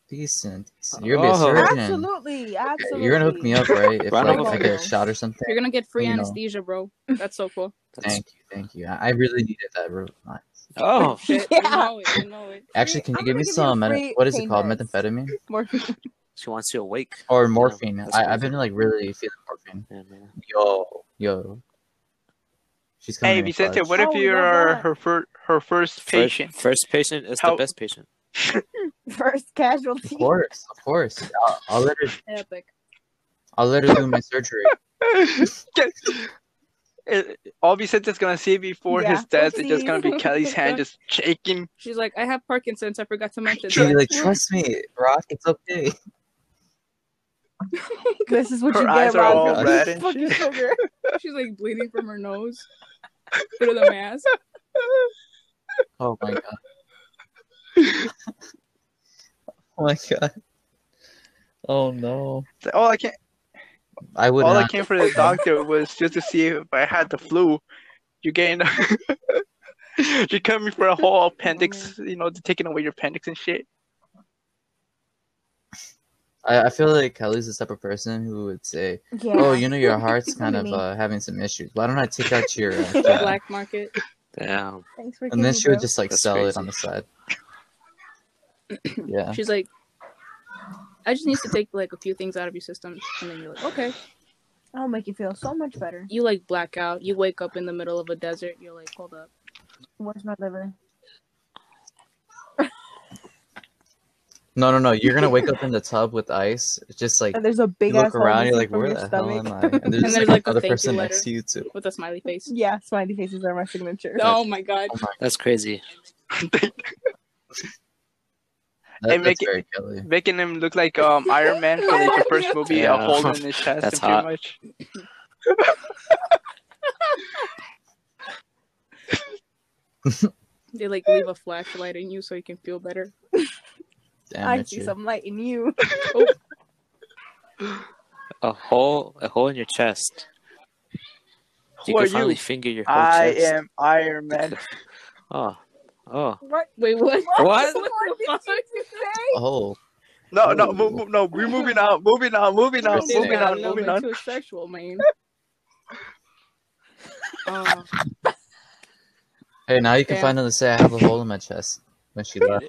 Decent. decent. You're gonna be a Oh. surgeon. Absolutely. Absolutely. You're gonna hook me up, right? If Round like, of I get a applause. shot or something. You're gonna get free You know. anesthesia, bro. That's so cool. that's- Thank you, thank you. I I really needed that. real much. oh, Shit, Yeah. you know it. You know it. Actually, can you I'm give gonna me give you some? meta- free what is it pain called? meds. Methamphetamine Morphine. she wants you awake. or morphine? that's I, I've crazy. been like really feeling morphine. Yeah, man. Yo, yo. She's coming. Hey, in Vicente, clutch. what if Oh, we love you're that. her fir- her first patient? First, first patient is How- the best patient. First casualty. Of course, of course. I'll, I'll let her. Epic. I'll let her do my surgery. It- all Vicente's gonna see before Yeah. his death is just gonna be Oopsies. Kelly's hand just shaking. She's like, I have Parkinson's. I forgot to mention She'll be that. like, "Trust me, Rock. It's okay." This is what Her you eyes get, are all Roger. red and Fucking shit. sugar. She's like bleeding from her nose through the mask. Oh my god. oh my god. Oh no. All I can I would all I not. came for the doctor was just to see if I had the flu. You gain. You're coming for a whole appendix, you know, they're taking away your appendix and shit. I, I feel like Kelly's the type of person who would say, Yeah. "Oh, you know, your heart's kind Excuse of me. uh, having some issues. Why don't I take out your?" Uh, The jab?" black market. Damn. Thanks for and then she would just. just like That's sell it on the side. yeah. She's like, I just need to take like a few things out of your system, and then you're like, okay. I'll make you feel so much better. You like black out. You wake up in the middle of a desert. You're like, hold up. Where's my liver? No, no, no. You're gonna wake up in the tub with ice, just like And there's a you big look ass around. around. You're like, from "Where your the hell stomach. am I?" And there's, And just, there's, like like, a another thank you person next letter. to you too. With a smiley face. Yeah, smiley faces are my signature. Oh my god. That's crazy. That, make that's it- very Kelly. Making him look like um Iron Man for like the first movie, Yeah. a hole in his chest That's and pretty hot. much. They like leave a flashlight in you so you can feel better. Damn I it, see you. some light in you. A hole, a hole in your chest. Who you are can finally you? finger your whole I chest. am Iron Man. Oh, oh. What? Wait, what? What? What the fuck? Oh, No, no, Ooh. move, move, no. We're moving on, moving on, moving on, Interesting. moving Got a on, little moving bit on. Too sexual, man. Uh, Hey, now you can Yeah. finally say I have a hole in my chest when she left.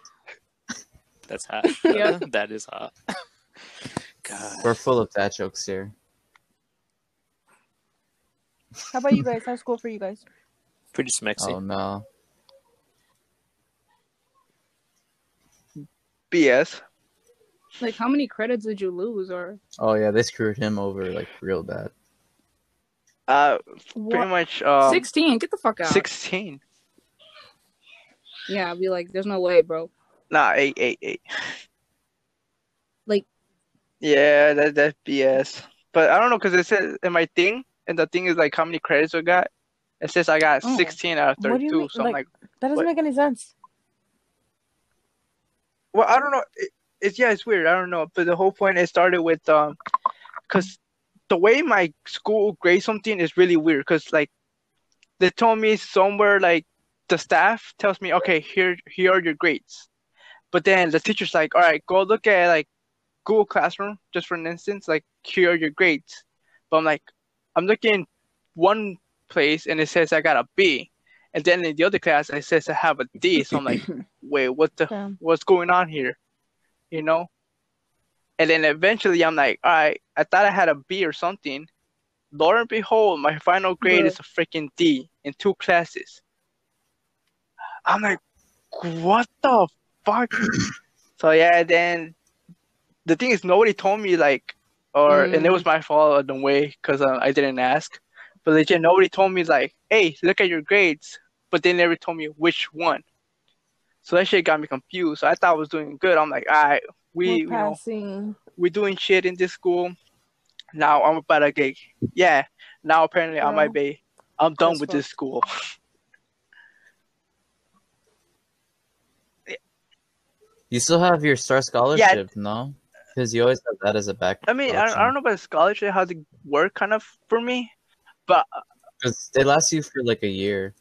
That's hot. Yeah. that is hot. God. We're full of dad jokes here. How about you guys? How's school for you guys? Pretty smexy. Oh Um, no. BS. like, how many credits did you lose? Or Oh yeah, they screwed him over like real bad. Uh, pretty what? much um, Sixteen. Get the fuck out. 16. Yeah, I'd be like, there's no way, bro. Nah, 8, 8, 8. Like- Yeah, that, that's BS. But I don't know, because it says in my thing, and the thing is like how many credits I got. It says I got Oh. 16 out of What do you 32. mean, So I'm like- like, That doesn't What? make any sense. well, I don't know. It, it's, yeah, it's weird. I don't know. But the whole point, it started with, um, because the way my school grades something is really weird, because like they told me somewhere, like the staff tells me, okay, here, here are your grades. But then the teacher's like, all right, go look at like, Google Classroom, just for an instance, like here are your grades. But I'm like, I'm looking one place and it says I got a B, and then in the other class it says I have a D. So I'm like, wait, what the Damn. what's going on here, you know? And then eventually I'm like, all right, I thought I had a B or something. Lo and behold, my final grade Bruh. is a freaking D in two classes. I'm like, what the fuck? so yeah, then the thing is nobody told me like or and it was my fault in a way because uh, i didn't ask but legit nobody told me like hey look at your grades but they never told me which one so that shit got me confused so i thought i was doing good i'm like all right we you We're know passing. we're doing shit in this school now i'm about to get yeah now apparently i might be i'm done that's with this school You still have your star scholarship, no? Because you always have that as a back. i mean I, don't- I don't know about scholarship how to work kind of for me but Because they last you for like a year,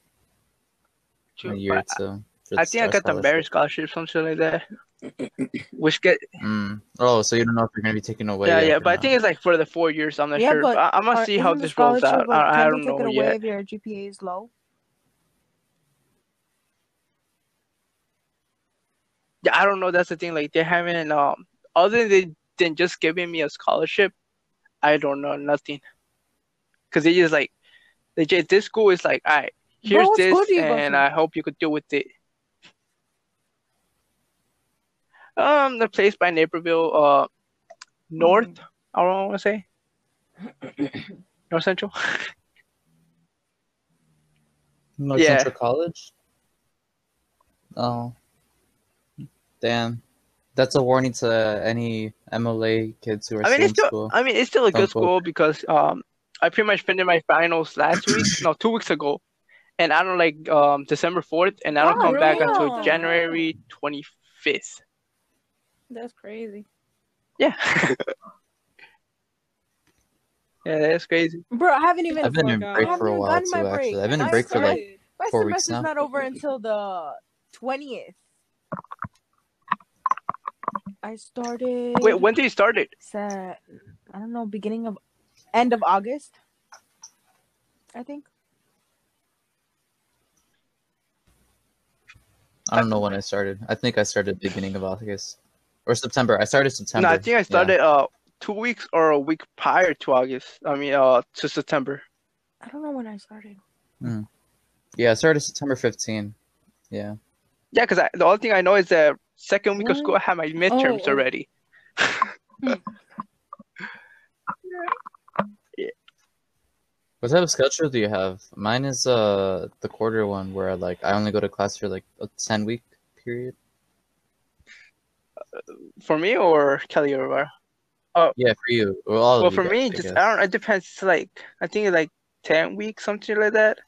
a year or but two. for i the think i star got the merit scholarship. scholarship something like that which get Mm. Oh, so you don't know if you're gonna be taken away? yeah, yet yeah, or but I not. think it's like for the four years. I'm not Yeah, sure. but I- I'm gonna Or see how isn't the this rolls scholarship, out. like, I, I can don't they take know it away yet. if your GPA is low? Yeah, I don't know. That's the thing. Like they haven't. Um, other than than just giving me a scholarship, I don't know nothing. Cause they just like, they just, this school is like, all right, Bro, here's what this, school do you go and to? I hope you could deal with it. Um, the place by Naperville, uh, Mm-hmm. north. I don't want to say. North Central. North Yeah. Central College. Oh, damn! That's a warning to any MLA kids who I are mean, still it's in still. school. I mean, it's still a Don't good go. school because um, I pretty much finished my finals last week, no, two weeks ago, and I don't like um December fourth, and I don't Wow, come back until really? January twenty fifth. That's crazy. Yeah. yeah, that's crazy. Bro, I haven't even. I've been Oh, in God. break I for haven't a even while gotten too. my break. Actually, I've been in My break for like semester- my four weeks semester's now. not over until the twentieth. I started. Wait, when did you start it? Set, I don't know, beginning of, end of August. I think. I don't know when I started. I think I started beginning of August or September. I started September. No, I think I yeah. started uh two weeks or a week prior to August. I mean, uh, to September. I don't know when I started. Yeah, I started September 15. Yeah. Yeah, because the only thing I know is that second week of What? school I had my midterms oh. already. What type of schedule do you have? Mine is uh the quarter one where like I only go to class for like a 10 week period. For me or Kelly or what? Yeah, for you. Well, all of Well, you for guys, me, I just guess. I don't. It depends. It's like I think it's like ten weeks, something like that.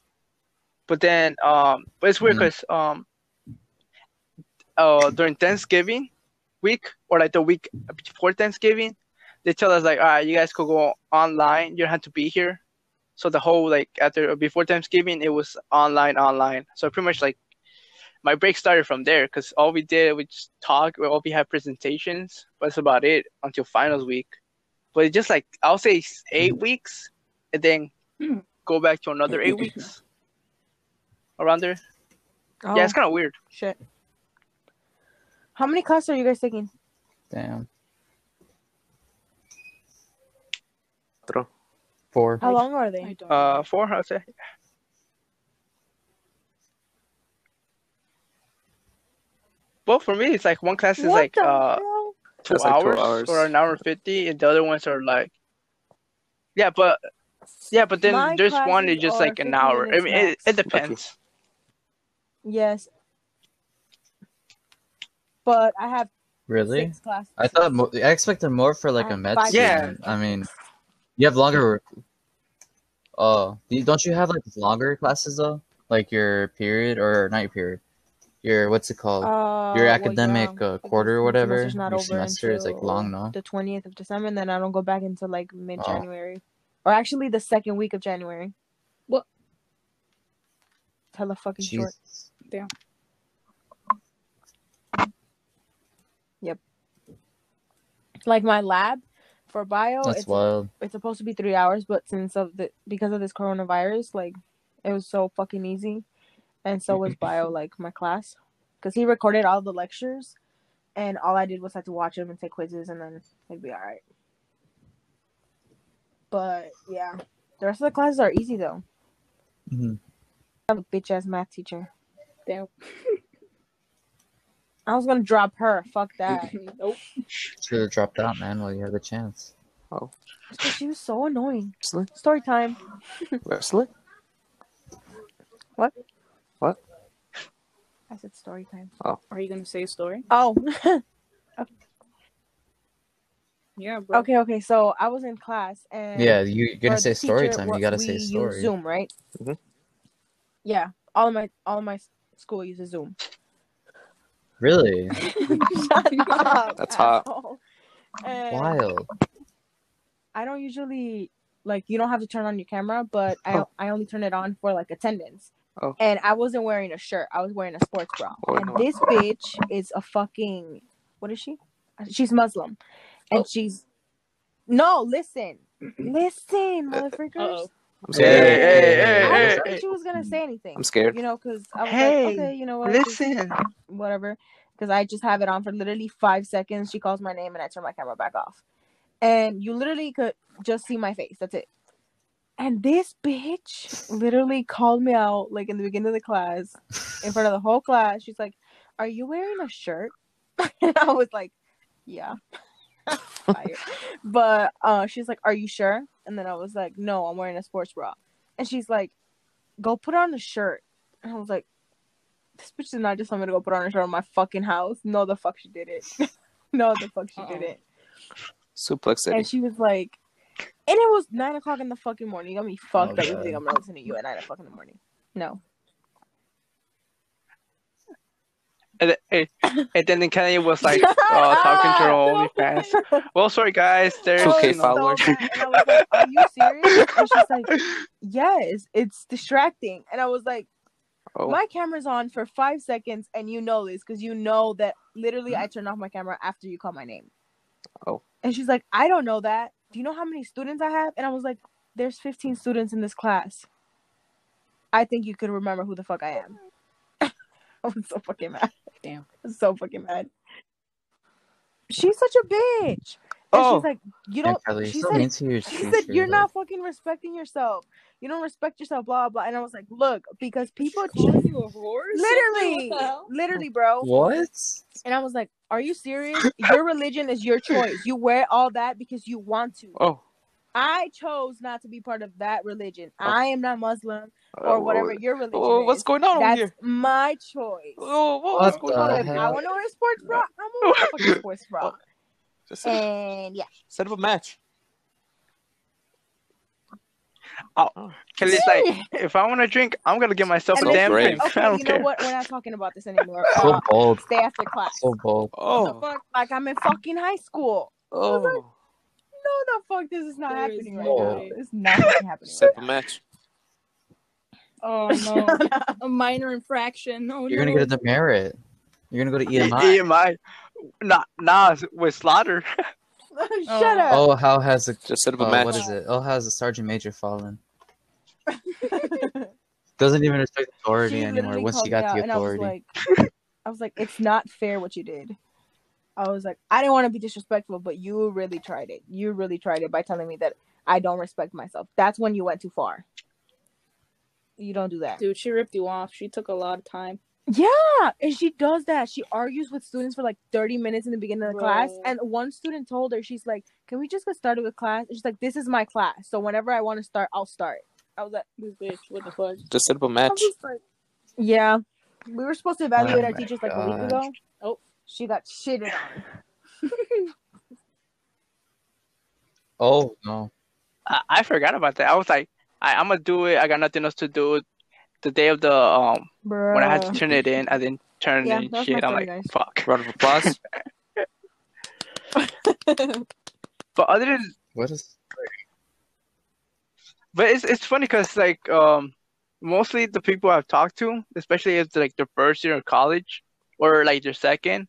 But then, um, but it's weird Mhm. because um, uh, during Thanksgiving week or like the week before Thanksgiving, they tell us like, all right, you guys could go online. You don't have to be here. So the whole like after before Thanksgiving, it was online, online. So pretty much like my break started from there because all we did we just talk. We all we had presentations, but that's about it until finals week. But it's just like I'll say s- eight weeks, and then go back to another eight weeks around there. Oh, Yeah, it's kind of weird. shit. How many classes are you guys taking? Damn. Throw. Four. How long are I they? don't. Uh, four, I would say. Well, for me, it's like one class is what like the uh, hell? two, That's like hours two hours. or an hour and fifty, and the other ones are like, yeah, but yeah, but then My there's one classes is just are like an 50 hour. I minutes mean, it, max. it depends. Yes. But I have Really? six classes. I thought mo- I expected more for like I a have med five Yeah. student. I mean, you have longer. work- Oh, you- don't you have like longer classes though? Like your period or not your period? Your what's it called? Uh, your well, academic yeah, uh, because quarter or the whatever. semester's not your over semester is like until long, Oh. no? The twentieth of December, and then I don't go back until like mid January, or actually the second week of January. What? Hella fucking short. Jesus. Like my lab for bio, That's Oh, it's wild. it's supposed to be three hours, but since of the because of this coronavirus, like it was so fucking easy, and so was bio, like my class, because he recorded all the lectures, and all I did was had to watch them and take quizzes, and then it'd be all right. But yeah, the rest of the classes are easy though. Mhm. I have a bitch ass math teacher. Damn. I was gonna drop her. Fuck that. nope. Should have dropped out, man, while you had the chance. It's 'cause she was so annoying. Wrestling? Story time. Wrestling? I said story time. Are you gonna say a story? Oh. Yeah, bro. okay. Okay. So I was in class and Yeah, you, you're gonna for say the story teacher, time. what You gotta we say use story. Zoom, right? Mhm. Yeah, all of my all of my s- school uses Zoom. Really Shut up, That's hot. asshole. And wild. I don't usually like you don't have to turn on your camera, but I Oh. I only turn it on for like attendance. Oh. And I wasn't wearing a shirt. I was wearing a sports bra. Oh, and no. this bitch is a fucking what is she? She's Muslim, and Oh. she's no. Listen, listen, Uh, motherfuckers. Uh-oh. I'm Hey, scared. hey, Yeah. I hey, was hey, she was gonna say anything. I'm scared. you know, because I was Hey, like, okay, you know hey, what, just listen. whatever, because I just have it on for literally five seconds. She calls my name and I turn my camera back off, and you literally could just see my face. That's it. And this bitch literally called me out like in the beginning of the class, in front of the whole class. She's like, "Are you wearing a shirt?" and I was like, "Yeah." Fire. but uh, she's like, "Are you sure?" And then I was like, "No, I'm wearing a sports bra." And she's like, "Go put on a shirt." And I was like, "This bitch did not just tell me to go put on a shirt in my fucking house. No, the fuck she did it. no, the fuck she Uh-uh. did it." Suplex City. And she was like, and it was nine o'clock in the fucking morning. You got me fucked up. You God. think I'm gonna listen to you at nine o'clock in the morning? No. And, then- hey, and then Kanye was like uh, talking to her OnlyFans. Well, sorry guys, there's Okay, you know, follow- followers. So mad. and I was like, Are you serious? And she's like, Yes, it's distracting. And I was like, Oh, My camera's on for five seconds, and you know this because you know that literally I turned off my camera after you call my name. Oh. And she's like, I don't know that. Do you know how many students I have? And I was like, There's 15 students in this class. I think you could remember who the fuck I am. I was so fucking mad. Damn. I was so fucking mad. She's such a bitch. And Oh. she's like, you Damn, don't. Kelly, you're she so said, into your she said, teacher, you're like- not fucking respecting yourself. You don't respect yourself, blah blah. And I was like, look, because people Calling you a whore? or something? literally, What the hell? literally, bro. What? And I was like, are you serious? Your religion is your choice. You wear all that because you want to. oh, I chose not to be part of that religion. I am not Muslim oh, Uh, or whatever your religion Oh, what's is. going on over That's here? my choice. Oh, whoa, What what's going the on But over if here? I hell? want to wear a sports bra, I'm gonna wear a fucking sports bra. Oh. Just set, And yeah, set up a match. Kelly's like, if I want to drink, I'm gonna get myself And a then damn she's like, drink. I okay, don't you know care. what? We're not talking about this anymore. So Uh, bold. stay after class. So bold. The Oh, fuck? Like I'm in fucking high school. oh, No, the fuck, this is not There is happening right no now. way. It's not fucking happening. set up a match. Oh no. Right now. a minor infraction. No, You're gonna no. get a demerit. You're gonna go to E EMI. EMI, nah, nah, with Slaughter. Shut up. Oh, how has the Just set up a uh, match. what is it? Oh, how's the sergeant major fallen? Doesn't even respect authority She anymore. literally Once she called got me the out, and I was authority, like, I was like, it's not fair what you did. I was like, I didn't want to be disrespectful, but you really tried it. You really tried it by telling me that I don't respect myself. That's when you went too far. You don't do that. Dude, she ripped you off. She took a lot of time. Yeah, and she does that. She argues with students for like 30 minutes in the beginning of the class. Bro. And one student told her, she's like, Can we just get started with class? And she's like, This is my class. So whenever I want to start, I'll start. I was like, This bitch, what the fuck? Just set up a I match. was like Yeah. We were supposed to evaluate Oh our my teachers like a week God. ago. Oh. She got shitted on. oh no, I, I forgot about that. I was like, I, I'm gonna do it. I got nothing else to do. The day of the um Bruh. when I had to turn it in, I didn't turn it Yeah, in. that was my Shit, I'm like, story, guys. fuck. Round of applause. But other than, what is? but it's it's funny because like um mostly the people I've talked to, especially if like their first year of college or like their second,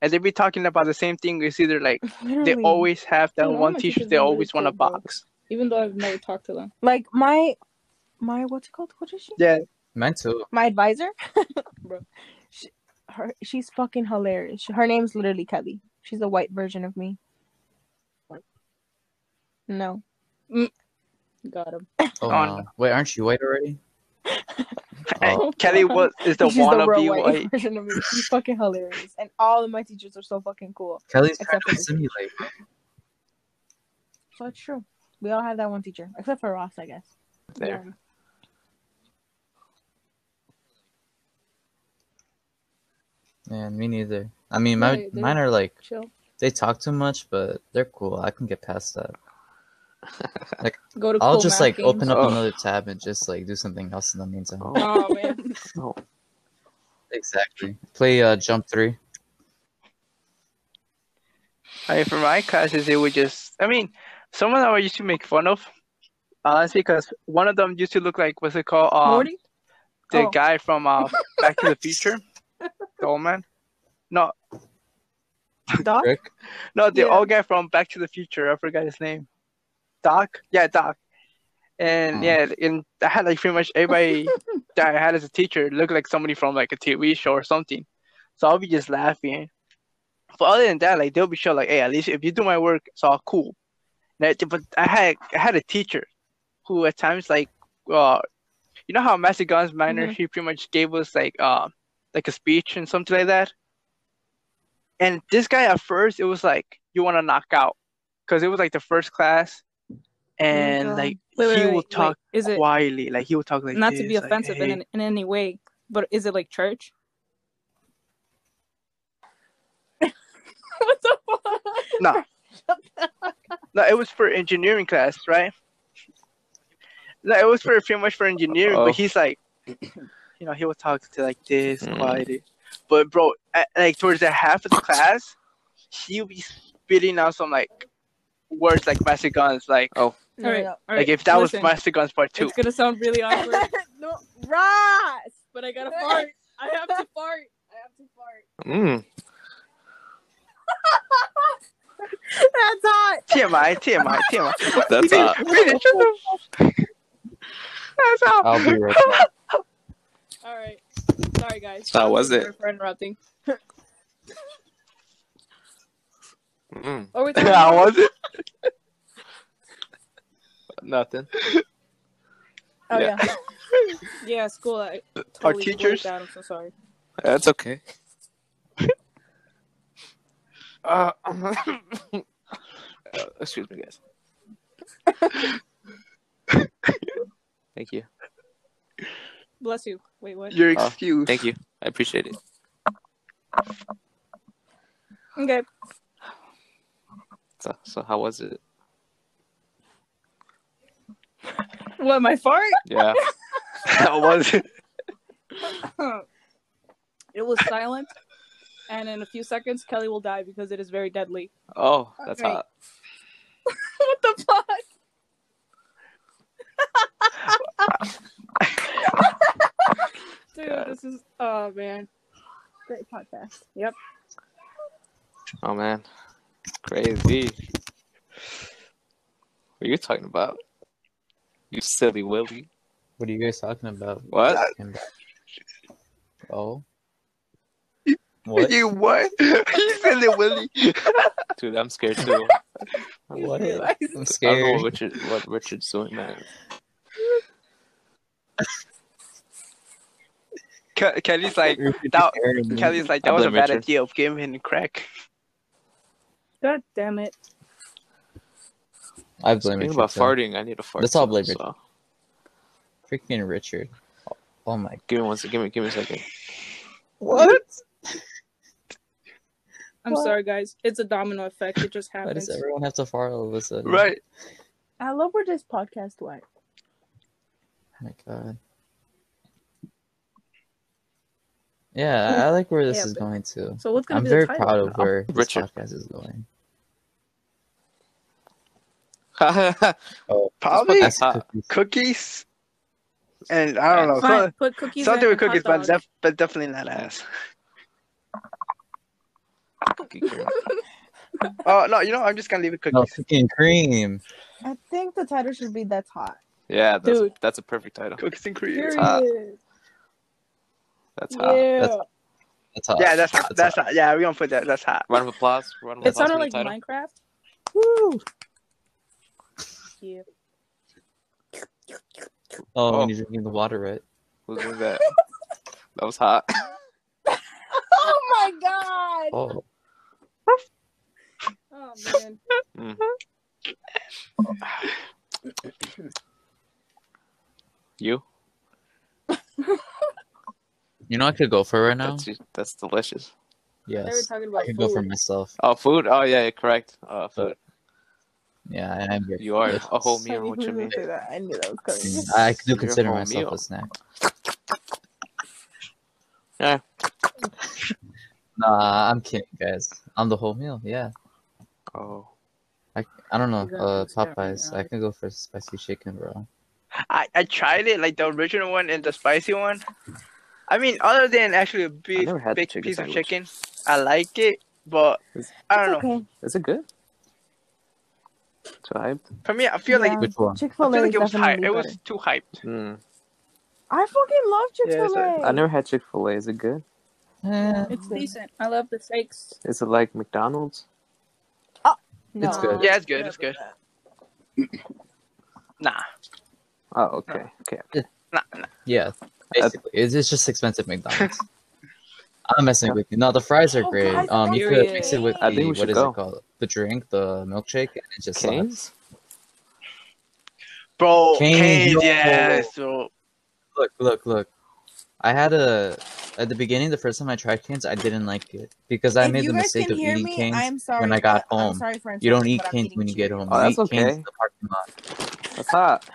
and they be talking about the same thing. It's either like they Literally. always have that Dude, all one my teacher teachers they are really always want to cool, bro. box. Even though I've never talked to them. like my my what's it called? What is she? Yeah, Mine too. my advisor, Bro. she, her, she's fucking hilarious. Her name's literally Kelly. She's a white version of me. No, Got him. Oh Oh, no. Wait, aren't you white already? Oh, Kelly was is the she's the real wannabe white, white. version of me. She's fucking hilarious, and all of my teachers are so fucking cool. Kelly's trying Except for to this. simulate. So it's true. We all have that one teacher, except for Ross, I guess. There. Yeah. Yeah, me neither. I mean, my, Yeah, they're- mine are like Chill. they talk too much, but they're cool. I can get past that. Go to I'll cool just math like games. open up Oh. another tab and just like do something else in the meantime. Oh, Oh man. Exactly. Play uh, Jump Three. I mean, for my classes, it would just, I mean, someone I used to make fun of, honestly, because one of them used to look like, what's it called? Um, Morty? The Oh. guy from uh, Back to the Future, the old man. No, Doc? Rick. no, the Yeah. old guy from Back to the Future. I forgot his name. Doc? Yeah, Doc. And Oh. yeah, and I had like pretty much everybody that I had as a teacher look like somebody from like a TV show or something. So I'll be just laughing. But other than that, like they'll be sure, like, hey, at least if you do my work, it's all cool. And I- but I had I had a teacher who at times like, uh, you know how Master Guns Mm-hmm. Minor he pretty much gave us like uh like a speech and something like that. And this guy at first it was like you want to knock out because it was like the first class, and God. like Oh Wait, wait, he wait, will wait. talk Is it quietly, like he will talk like not to be this, like, offensive "Hey." in, in any way, but is it like church? what the fuck? No. No, it was for engineering class, right? No, it was for pretty much for engineering, Oh. but he's like, you know, he would talk to like this, Hmm. Mm. quiet. But bro, at, like towards the half of the class, he'll be spitting out some like words like Master Guns, like Oh. No, Alright, no. alright, like if that listen. was Master Guns Part Two. It's gonna sound really awkward, no, Ross! but I gotta fart. I have to fart. I have to fart. mm. That's hot! TMI, TMI, TMI. That's hot. Really, shut the That's all. I'll be right back. All right. Sorry, guys. How was it? Sorry For interrupting. Mm. Oh, we're Yeah, I was it? Nothing. Oh, yeah. Yeah. yeah, school. I totally Our blanked teachers? out. I'm so sorry. That's okay. Uh, uh, excuse me, guys. Thank you. Bless you. Wait, what? Uh, Your Oh, excuse. Thank you. I appreciate it. Okay. So, so how was it? What? My fart? Yeah. I was it? it was silent, and in a few seconds, Kelly will die because it is very deadly. Oh, that's Alright. hot. what the fuck? Dude, God. this is oh man. Great podcast. Oh man, crazy. What are you talking about? You silly Willy. What are you guys talking about? What? Kim- Oh. What? You what? you said it, Willie. Dude, I'm scared too. What? I'm I don't know scared. what Richard, what Richard's doing, man. Ke- Kelly's like Richard that. scared me. Kelly's like that I was a blame bad Richard. idea of giving him crack. God damn it. I blame Speaking Richard. about too. farting, I need a fart. Let's all too, blame Richard. so- Freaking Richard. Oh my. Give me one second. Give me, give me a second. What? I'm What? sorry, guys. It's a domino effect. It just Why happens. does everyone have to fart all of a sudden? Right. I love where this podcast went. Oh my god. Yeah, I- I like where this Yeah, is but- going to. So what's gonna I'm be very the title? proud of where this Richard. podcast is going. Probably That's Uh, cookies. cookies, and I don't know Fine, some- put cookies. Oh, something in with and cookies, hot but, dogs. def- but definitely not ass. Oh no, you know I'm just gonna leave it No, cookies. cookie and cream. I think the title should be "That's Hot." yeah, that's, Dude. that's a perfect title. Cookies and cream. Period. hot. That's hot. yeah. That's- That's hot. Yeah, that's hot. That's hot. Yeah, we're gonna put that. That's hot. Round of applause. Round of It applause sounded for like the title. Minecraft. Woo. Yeah. Oh, Oh. when you're drinking the water, right? Who's doing that? That was hot. Oh my god! Oh, Oh man. You? you know I could go for right now. That's that's delicious. They were Yes, talking I about could food. go for myself. Oh, food. Oh yeah, yeah correct. Uh, food. Yeah, and I'm very You are delicious. a whole Sorry, meal. What who you would mean? say that? I knew that was coming. I do You're a consider whole myself meal. a snack. Yeah. Nah, I'm kidding, guys. I'm the whole meal. Yeah, Oh, I don't know. You gotta Uh, do stuff right Popeyes. now. I could go for spicy chicken, bro. I, I tried it, like the original one and the spicy one. I mean, other than actually a big, never had the big chicken piece of sandwich. chicken, I like it, but It's- I don't know. okay. is it good? Too hyped. For me, I feel Um, Yeah. like Which one? Chick I Fil feel A like is it was hyped. definitely It better. was too hyped. Mm. I fucking love Chick Yeah, Fil so- A. I never had Chick Fil A. Is it good? Eh, It's Good. decent. I love the steaks. Is it like McDonald's? no. It's good. Yeah, it's good. It's good. Nah, Oh, okay, okay. nah, nah. yeah, basically, it's, it's just expensive McDonald's. I'm messing with you. No, the fries are Oh, great. guys, um, you could Period. mix it with I think we the should what is go. it called? The drink, the milkshake, and it just slaps. Canes? bro. Canes, Canes, yo. yes, bro. Look, look, look. I had a at the beginning the first time I tried canes, I didn't like it because I if made you the guys mistake can of hear eating me, canes. I'm sorry. when I got but- home. I'm sorry for You don't interrupting, eat but I'm canes eating when you get home. Oh, you that's eat canes okay. in the parking lot. That's hot.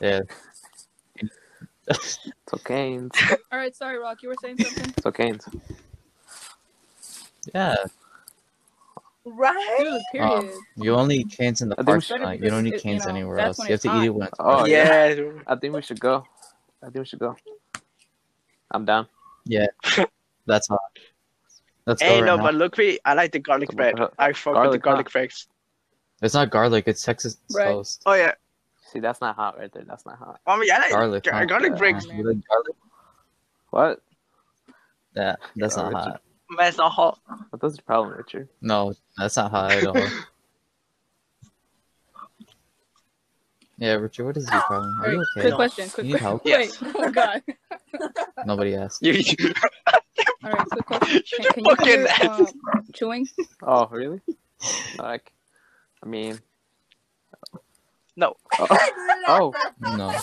Yeah. It's canes. All right, sorry, Rock. You were saying something. It's canes. Yeah. Right? Dude, period. You only eat canes in the I think we parking should- lot. You don't It- eat you canes know, anywhere else. that's when You have it's to eat it hot. when it's Oh, fresh. yeah. Yes, bro. I think we should go. I think we should go. I'm down. That's hot. Let's go Hey, right no, now. but look, me, I like the garlic bread. I fuck with the Garlic, huh? garlic breads. It's not garlic. It's Texas Bread. toast. Oh yeah, See, that's not hot right there. That's not hot. I mean, I like Garlic. gar- huh? garlic Yeah. breads. You like garlic? What? Yeah, that's not Garlic. hot. That's not hot. What was the problem, Richard? No, that's not hot at all. yeah, Richard, what is your problem? Are All you right, okay? quick question. Quick You need question. help? Yes. Wait. Oh God. Nobody asked. You, you, All right, quick question. You Can, can you fucking hear ass. um, chewing? Oh, really? like, I mean. No. Oh, oh. No.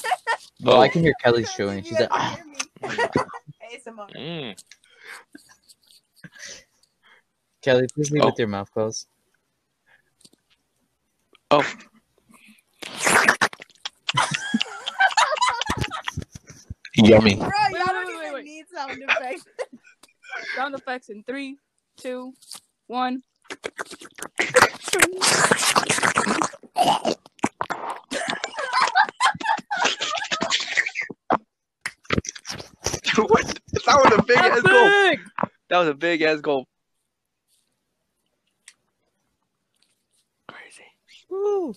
Well, Oh, I can hear Kelly chewing. She's like, "Ah." Mm. Kelly, please leave Oh. with your mouth closed. Yummy. Wait, y'all don't wait, wait, even wait. need sound effects. Sound effects in three, two, one. what? That was a big ass goal. Epic! That was a big ass goal. Crazy. You're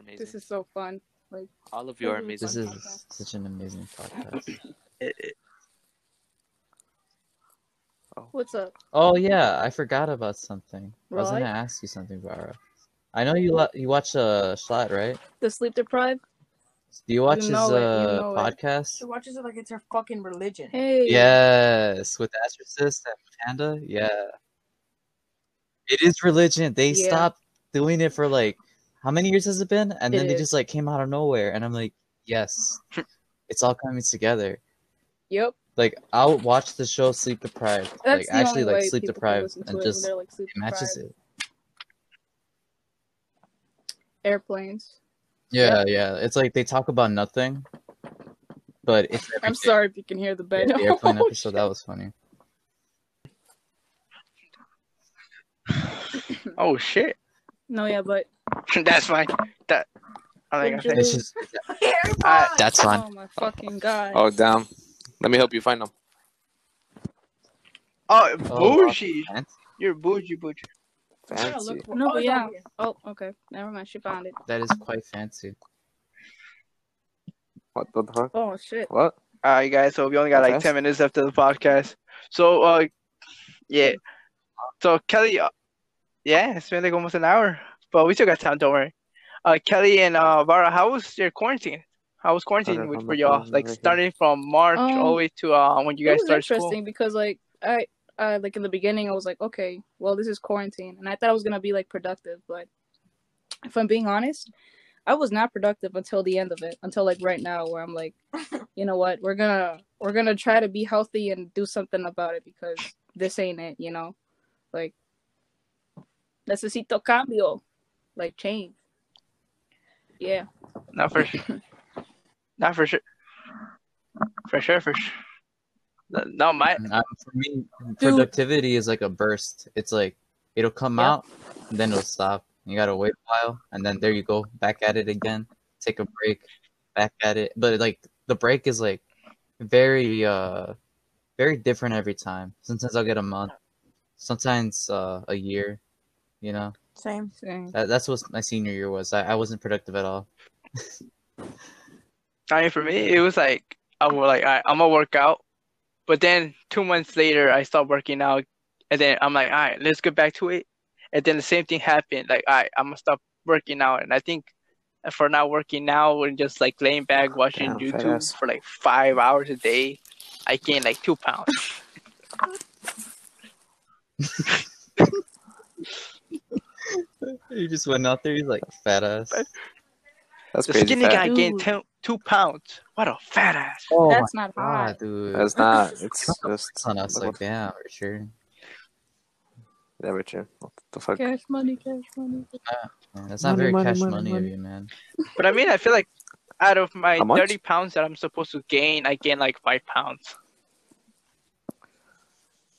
amazing. This is so fun. Like All of you are really amazing. This fun is podcast. such an amazing podcast. It- it- what's up? oh yeah, I forgot about something. I was Right. gonna ask you something, Vara. I know you lo- you watch uh Schlatt, right? The sleep deprived? Do you watch know his it, you uh know it. podcast? She watches it like it's her fucking religion. Hey. Yes, with the exorcist and panda. Yeah, it is religion. They Yeah. stopped doing it for like how many years has it been? And It then they is. just like came out of nowhere, and I'm like, yes, it's all coming together. Yep. Like I'll watch the show Sleep Deprived, That's like the actually only like way Sleep people can Deprived, listen to and it when just they're, like, sleep it matches deprived. it. Airplanes. Yeah, yeah. It's like they talk about nothing, but it's I'm everything. sorry if you can hear the Yeah, bed. the airplane episode that was funny. Oh shit, no, yeah, but that's fine. That oh, I Would think I you- think It's just I, that's oh my fucking god. Oh damn! Let me help you find them. oh Oh, wow. bougie, you're bougie, bougie. Fancy. No, but it's yeah. over here. Oh, okay. Never mind. She found it. That is quite fancy. What the fuck? Oh shit. What? All right, guys. So we only got like Podcast? ten minutes after the podcast. So, uh, yeah. So Kelly, uh, yeah, it's been like almost an hour, but we still got time. Don't worry. Uh, Kelly and uh, Vara, how was your quarantine? How was quarantine Sorry, with, I'm for not y'all? feeling Like very good. starting from March all Um, the way to uh when you it guys was started interesting school. because like I uh like in the beginning I was like, okay, well this is quarantine, and I thought I was gonna be like productive, but if I'm being honest, I was not productive until the end of it, until like right now where I'm like, you know what, we're gonna we're gonna try to be healthy and do something about it because this ain't it, you know, like necesito cambio, like change. Yeah, Not for sure. Not for sure. For sure. For sure. No, No, my Mm. Um, for me, productivity is like a burst. It's like it'll come Yeah. out, and then it'll stop. You gotta wait a while, and then there you go, back at it again. Take a break, back at it. But like the break is like very, uh, very different every time. Sometimes I'll get a month, sometimes uh, a year. You know, Same. same. that, that's what my senior year was. I, I wasn't productive at all. I mean, for me, it was like I was like, I, I'm gonna work out, but then two months later, I stopped working out, and then I'm like, all right, let's get back to it, and then the same thing happened. Like, all right, I'm gonna stop working out, and I think for not working now and just like laying back watching Damn, fat YouTube ass. for like five hours a day, I gained like two pounds. You just went out there, you like fat ass. That's The crazy. skinny fat. guy gained Dude. ten, two pounds. What a fat ass! Oh That's not my god, hot. dude. That's not. It's just It's on us, Like, like what damn, Richard. the- yeah, Richard. What the fuck? Cash money, cash money. Man, that's not Money, very money, cash money, money, money. of you, man. But I mean, I feel like out of my How much? 30 pounds that I'm supposed to gain, I gained like five pounds.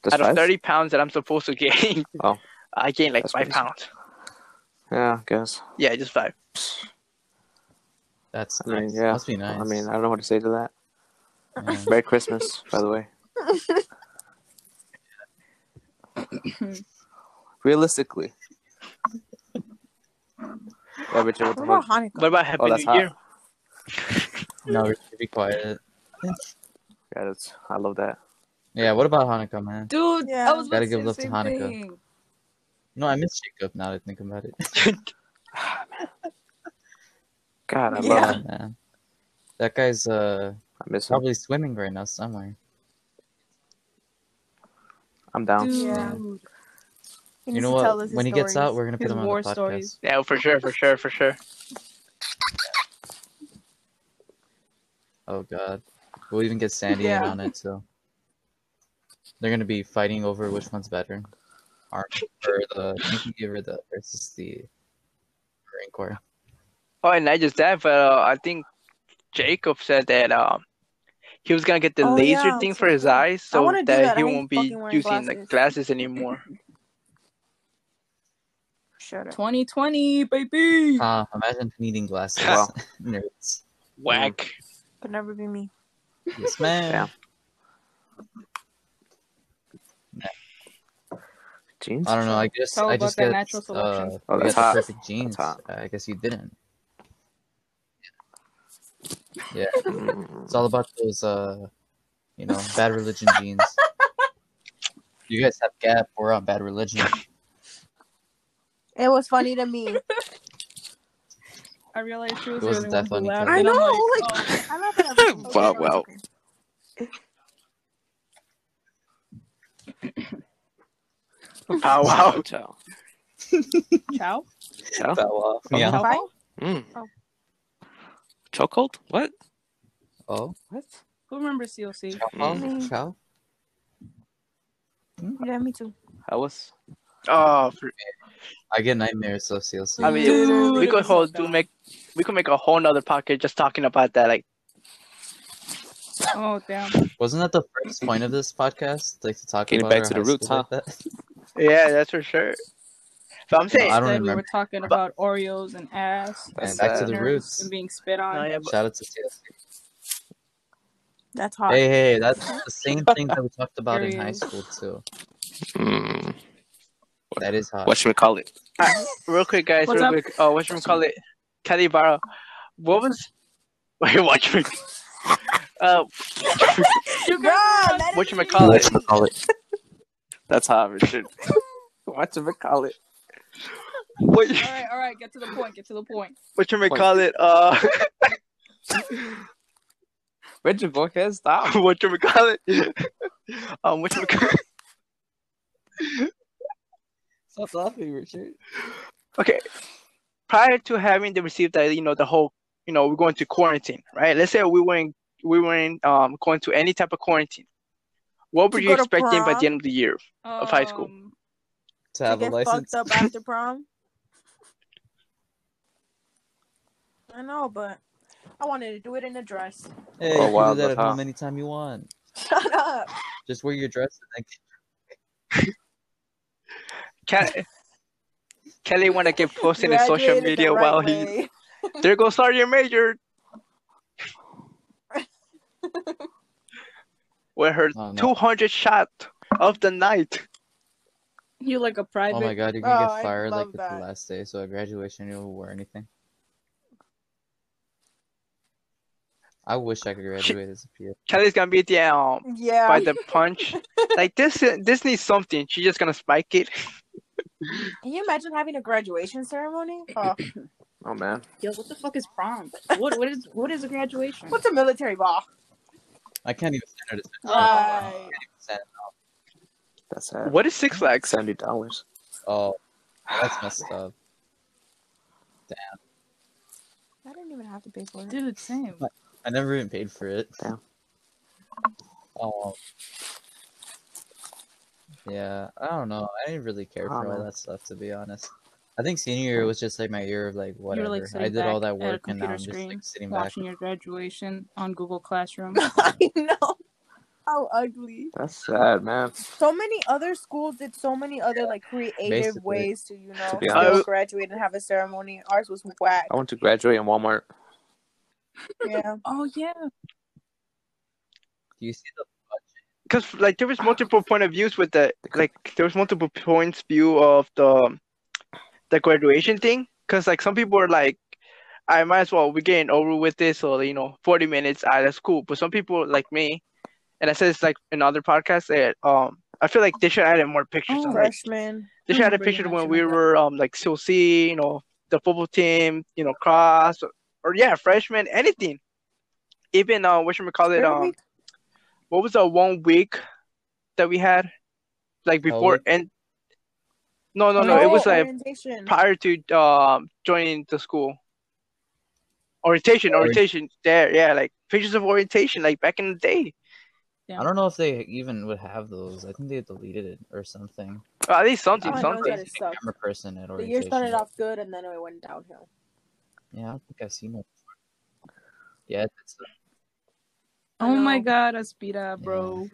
Just out of five? 30 pounds that I'm supposed to gain, Oh. I gained like That's five crazy. pounds. Yeah, I guess. Yeah, just five. That's I mean, nice. yeah. Must be nice. I mean, I don't know what to say to that. Yeah. Merry Christmas, by the way. Realistically. Yeah, Richard, what What the about fuck? Hanukkah? What about Happy Oh, New that's hot. Year? no, Richard, be quiet. Yeah, that's, I love that. Yeah, what about Hanukkah, man? Dude, Yeah. I was Gotta about to give say the love to same Hanukkah. thing. No, I miss Jacob now that I think about it. God, I love Yeah. him. man. That guy's uh I miss him. probably swimming right now somewhere. I'm down. Dude. Yeah. He you needs know to what? tell us his when he gets stories. out, we're gonna put His him on war the podcast. stories. Yeah, for sure, for sure, for sure. Oh god, we'll even get Sandy in Yeah. on it. So they're gonna be fighting over which one's better, Army or the Navy or the versus the Marine Corps. Oh, and not just that, but uh, I think Jacob said that um, he was gonna get the Oh, laser yeah, thing that's for what I his thought. eyes so wanna do that. that I he hate won't be fucking wearing using like glasses. glasses anymore. Shut up. 2020, baby. Ah, imagine needing glasses. Wow. Nerds. Whack. Could never be me. Yes, ma'am. Yeah. Jeans? I don't know. I guess Tell I about just that get natural selection. uh, Oh, you that's got hot. uh, the perfect genes. hot. I guess you didn't. Mm. It's all about those, uh, you know, bad religion genes. You guys have Gap. We're on bad religion. It was funny to me. I realized she was It the only wasn't one that funny, who laughed. Kelly. and I I'm know, oh. I love it. Wow, wow. Pow wow. Ciao. Chow? Ciao. That off. Yeah. Chow Bye. Paul? Mm. Oh. Chokehold? What? Oh. What? Who remembers COC? Chow. Mm. Chow. Yeah, me too. I was. Mm. Oh, for- I get nightmares of CLC. I mean, Dude, we it could was so hold do dumb. make we could make a whole nother pocket just talking about that. Like, Oh, damn. Wasn't that the first point of this podcast? Like to talk Getting about back our to the high roots, school huh? like that? yeah, that's for sure. But I'm saying, I don't Instead, we were remember. talking about Oreos and ass. That's And back to sad. the nerds, roots. And being spit no, on. Oh, yeah, but- Shout out to CLC. That's hot. Hey, hey, hey, that's the same thing that we talked about in high Areas. school too. Mm. That is hot. What should we call it? Uh, real quick, guys, What's real up? quick. Oh, what should we call it? Kelly Barra. What was? Wait, watch me. Uh, You Bro, guys- that is what you call it? we call it? That's how we should. What should we call it? What All right, all right. Get to the point. Get to the point. what should we call it? Uh, Where'd you go here? Stop. what should we call it? Um, what should we call? Stop laughing, Richard. okay prior to having the received that you know the whole you know we're going to quarantine right let's say we were in we were in um going to any type of quarantine what were To you go to expecting by prom? the end of the year Of high school. Um, to have to a get license. fucked up after prom. I know, but I wanted to do it in a dress. Hey, Oh, you wow, can do that that's at hot. home anytime you want. shut up. Just wear your dress and Ke- kelly want to get posted in Graduated social the media right while he way. there goes start your major with her Oh, no. 200 shot of the night you like a then, private. oh my god, you're gonna Oh, get I fired like love at the that. last day. So at graduation, you don't wear anything. I wish I could graduate as a PA. kelly's gonna be the um Yeah. by the punch like this this needs something she's just gonna spike it Can you imagine having a graduation ceremony? Oh, Oh man. Yo, what the fuck is prom? What what is what is a graduation? what's a military ball? I can't even stand it. It's Right. 10%. That's sad. what is six flags Seventy dollars. Oh, that's messed up. I didn't even have to pay for it. Dude, same. I never even paid for it. Yeah. Oh. Yeah, I don't know. I didn't really care Oh, for all man. that stuff to be honest. I think senior year was just like my year of like like, whatever. I sitting did all back that at a work and now computer I'm just screen, like sitting back. Watching your graduation on Google Classroom. I know. How ugly. That's sad, man. So many other schools did so many other like creative Basically. ways to you know be honest. still graduate and have a ceremony. Ours was whack. I Oh. want to graduate in Walmart. Yeah, oh yeah. Do you see the because like there was multiple point of views with the They could- like there was multiple points view of the the graduation thing because like some people are like i might as well we're getting over with this or you know 40 minutes out of school but some people like me and i said it's like in other podcasts that um i feel like they should add in more pictures Oh. I'm like freshman. they should add a remember you picture when mentioned we that. were um like CLC, you know the football team you know cross or, or yeah freshman anything even uh what should we call it Spirit um Week? what was the one week that we had like before week? and no no no it Oh, was like orientation. prior to um joining the school orientation Ori- orientation there yeah like pictures of orientation like back in the day Yeah. I don't know if they even would have those. I think they deleted it or something. or at least something All Oh, I know is something that it sucked. Camera person at The year orientation. started off good and then it went downhill. Yeah, I don't think I've seen one. Yeah, that's Oh my know. god, Aspira, bro.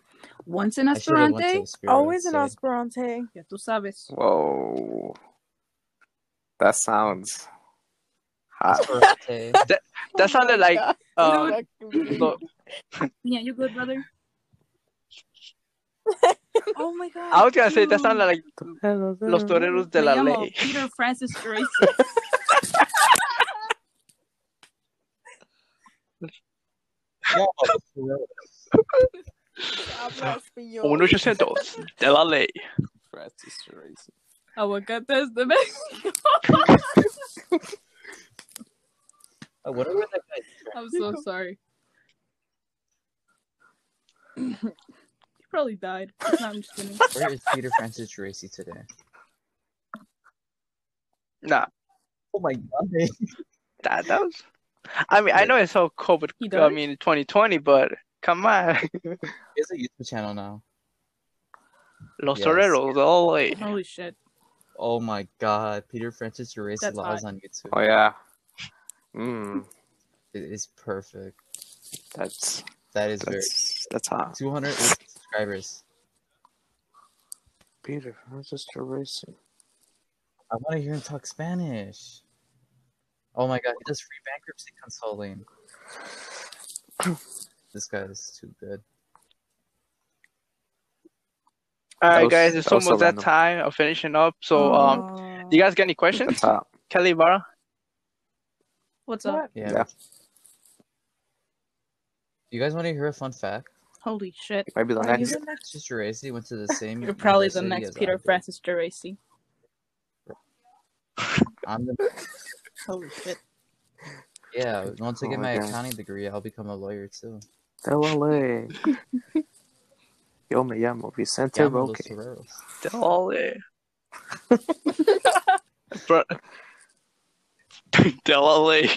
Once in I should have went to Esperante, the spirit. Always an so- Esperante. ya tú sabes. Whoa. That sounds hot. Esperante. Oh, that sounded like um the- Yeah, you good, brother? oh my god. i was gonna say that dude. sounded like Mm-hmm. los toreros de Me la llamo ley Peter Francis Tracy. Habla español. Un 800 de la ley. Francis Tracy. Aguacates de Mexico. I wonder where Uh, that guy. I'm so sorry. he probably died. No, I'm just kidding. Where is Peter Francis Tracy today? Nah, Oh my god. that, that was. I mean, I know it's all COVID. He I died? mean, 2020, but come on, He has a YouTube channel now. Los Yes. Toreros, all the way. Holy shit. Oh my god. Peter Francis Tracy That's lives on YouTube. Oh yeah. Mm, It is perfect. that's That is very that's that's hot. 208 subscribers. Peter Francis Tracy. I want to hear him talk Spanish. Oh my god, he does free bankruptcy consulting. this guy is too good. All That right, was- guys, it's that was so almost that random. time of finishing up. So, Oh. um, you guys got any questions? That's hot. Kelly Barra? What's up? What? Yeah. Yeah. You guys want to hear a fun fact? Holy shit. Maybe the Are you next. the Peter Francis Geraci went to the same. You're probably the university next as Mm, I Peter did. Francis Geraci. I'm the Holy shit. yeah. Once I Oh get my my God. accounting degree, I'll become a lawyer too. LA. Yo me llamo Vicente Yeah, I'm one of Roque. those Toreros. They're all there. Bro. They're all there.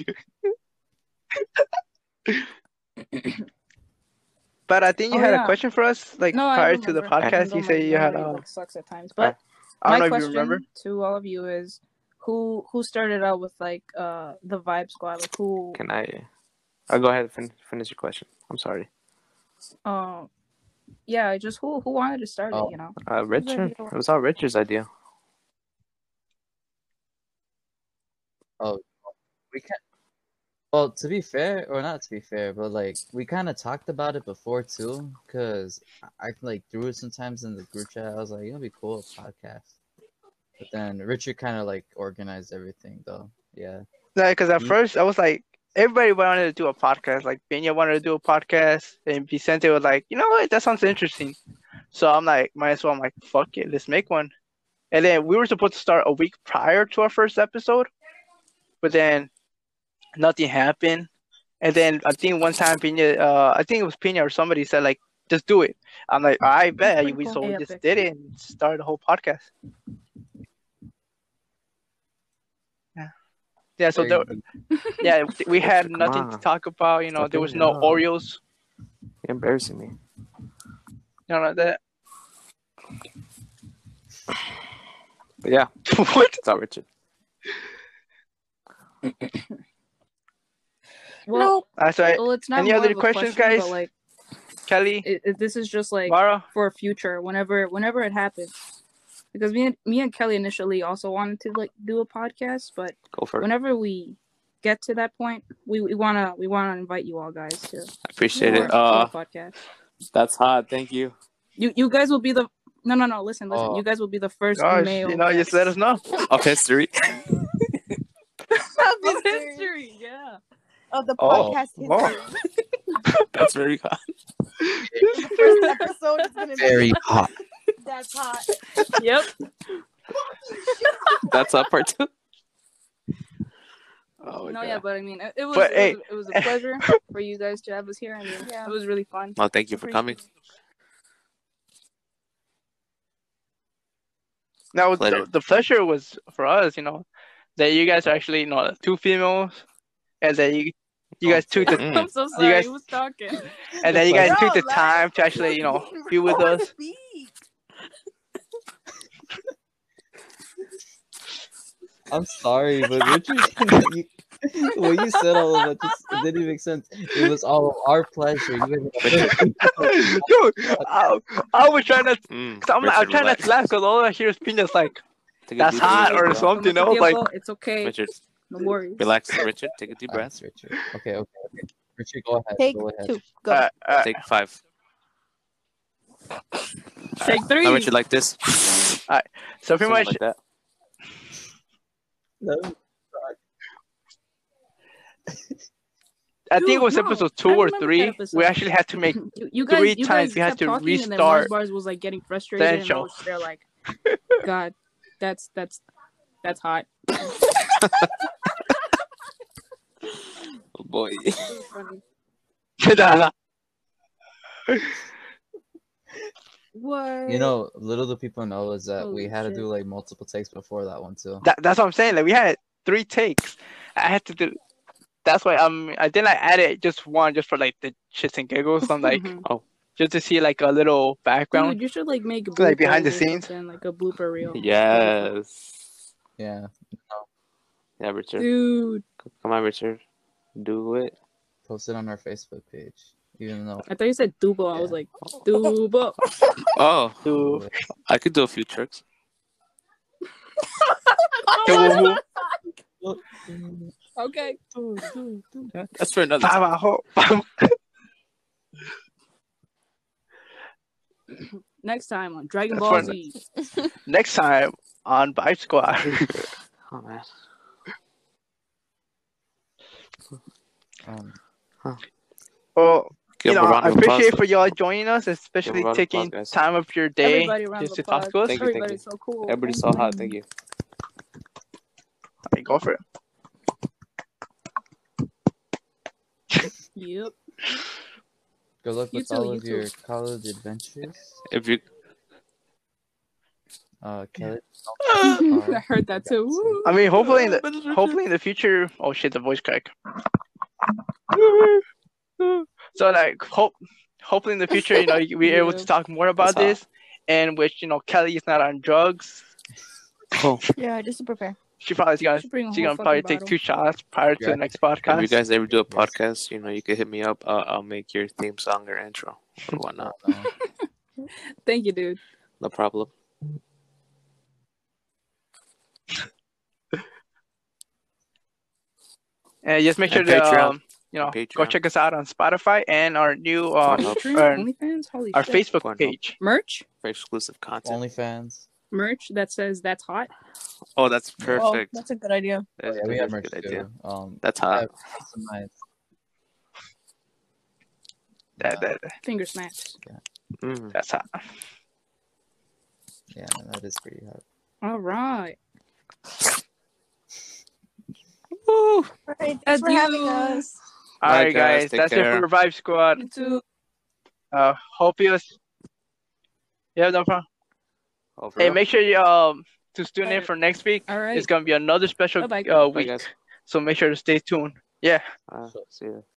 But I think you Oh, had yeah. a question for us, like No, I prior to the remember. I podcast. know You my say you had memory, a. like, sucks at times, but I don't my know if you question remember. to all of you is who who started out with like uh the vibe squad like who Can I? I'll go ahead and fin- finish your question. I'm sorry. uh, yeah just who who wanted to start Oh. it you know Uh, Richard. idea was- It was all Richard's idea. We can. Well, to be fair, or not to be fair, but like we kind of talked about it before too, because I, I like threw it sometimes in the group chat. I was like, it'll be cool a podcast. But then Richard kind of like organized everything though. Yeah. No, because at Mm-hmm. Mhm. first I was like, everybody wanted to do a podcast. Like Benya wanted to do a podcast, and Vicente was like, you know what, that sounds interesting. So I'm like, might as well. I'm like, fuck it, let's make one. And then we were supposed to start a week prior to our first episode, but then nothing happened. And then I think one time Pena, uh, I think it was Pena or somebody said like, just do it. I'm like, I bet. pretty We cool. so we Yeah, just big. did it and started a whole podcast. Yeah. Yeah. So there, Very deep. yeah, we had Come nothing to on. talk about. You know, Stop there was bringing no it up. Oreos. You're embarrassing me. None of that. But yeah, what? it's all Richard. well, Uh, so, I- well it's not Any more other of a questions, guys? question, but like Kelly, it, it- this is just like Mara, for future whenever whenever it happens because me and me and kelly initially also wanted to like do a podcast but Go for it. whenever we get to that point we, we wanna we wanna invite you all guys to I appreciate to our- it. to our Uh, podcast that's hot. Thank you. You you guys will be the no no no listen listen uh, Oh. you guys will be the first gosh, male you know, just let us know. Of history. Of of history. history yeah Of the Oh, podcast wow. history. That's very hot. The first episode is gonna Very hot. be that's hot. yep That's up part two. Oh my no god. yeah but I mean it, it was But, it, hey. was it was a pleasure for you guys to have us here I mean Yeah. it was really fun No, Oh, thank you for coming. Now, the- Pleasure. The, pleasure was for us, you know, that you guys are actually, you know, two females, and that you, you guys took the, Mm. I'm so sorry guys- who's talking and that you guys Bro, took the let time to actually, you know, be with us. Speak. I'm sorry, but Richard, you, what you said all of it just it didn't make sense. It was all our pleasure. You guys Dude, I, I was trying to, Mm. i I'm, like, I'm Richard, trying not relax. to laugh because all I hear is Pina's like, Take a that's deep hot breath, or bro. something. I Toma was tu like, tiempo, it's okay Richard, no worries relax. Richard, take a deep breath. That's Richard. Okay, okay, okay. Richard, go ahead. Take go ahead. two. Go. uh, uh, Take five. take three Now, Richard, like so this. pretty Something much like that. No. I think it Dude, was no, episode I two or remember that three. episode. We actually had to make. you, you guys, Three you times guys we had kept to talking, and then restart Mars was like getting frustrated, and I Sancho. was there like, God, that's that's that's hot. Oh boy. What? You know, little do people know is that we Holy had shit. to do like multiple takes before that one too. That, that's what I'm saying. Like we had three takes. I had to do. That's why I'm. I think I added just one, just for like the shits and giggles. I'm like, Mhm. Oh. just to see like a little background. dude, you should like make Like, behind the bloopers or scenes? something, like a blooper reel. Yes. Yeah, Yeah, Richard. dudude. Come on, Richard. Do it. post it on our Facebook page. Even though I thought you said Dubo. I was like, Dubo. Oh, To, I could do a few tricks. to, okay. That's for another. time. Abajo. Next time on Dragon That's Ball fine. Z. Next time on Vibe Squad. Oh man. um, well, you Give know, him a round I of applause. appreciate for y'all joining us, especially round of taking applause, guys. time of your day Everybody around just the to talk to us. Thank you, thank Everybody's so cool. Everybody's so hot. Thank you. Like, go for it. Yep. good luck You with too, all you of too. your college adventures. If you Uh, Kelly. I heard that too. Woo. I mean, hopefully, in the, hopefully in the future. Oh shit, the voice crack. So like, hope, hopefully in the future, you know, we're able Yeah. to talk more about That's hot. this, and which you know, Kelly is not on drugs. Yeah, just to prepare. She probably You gonna should bring a she whole gonna probably fucking take bottle. two shots prior to Yeah. the next if you podcast. guys ever do a podcast, you know, you can hit me up. Uh, I'll make your theme song or intro or whatnot. Thank you, dude. No problem. And just make sure And to Patreon. um, you know, And go Patreon. check us out on Spotify and our new uh, Pornhub. Patreon, our, OnlyFans, holy our shit. Facebook Pornhub. page. merch, For exclusive content. OnlyFans. merch that says that's hot. Oh, that's Oh, perfect. that's a good idea. Oh, That's, yeah, we that's have a merch good idea. too. Um, That's Uh, hot. customized. That, that, Finger snaps. Mm. that's hot. Yeah, that is pretty hard. All right. All right, thanks for having us. All Bye, right, guys. guys, Take that's it care. for Revive Squad. You too. Uh, hope you. Yeah, no problem. Oh, for Hey, real? make sure you um to tune in Later. for next week. All right. It's gonna be another special Bye-bye. uh, Bye, week, guys. so make sure to stay tuned. Yeah. Uh, see ya.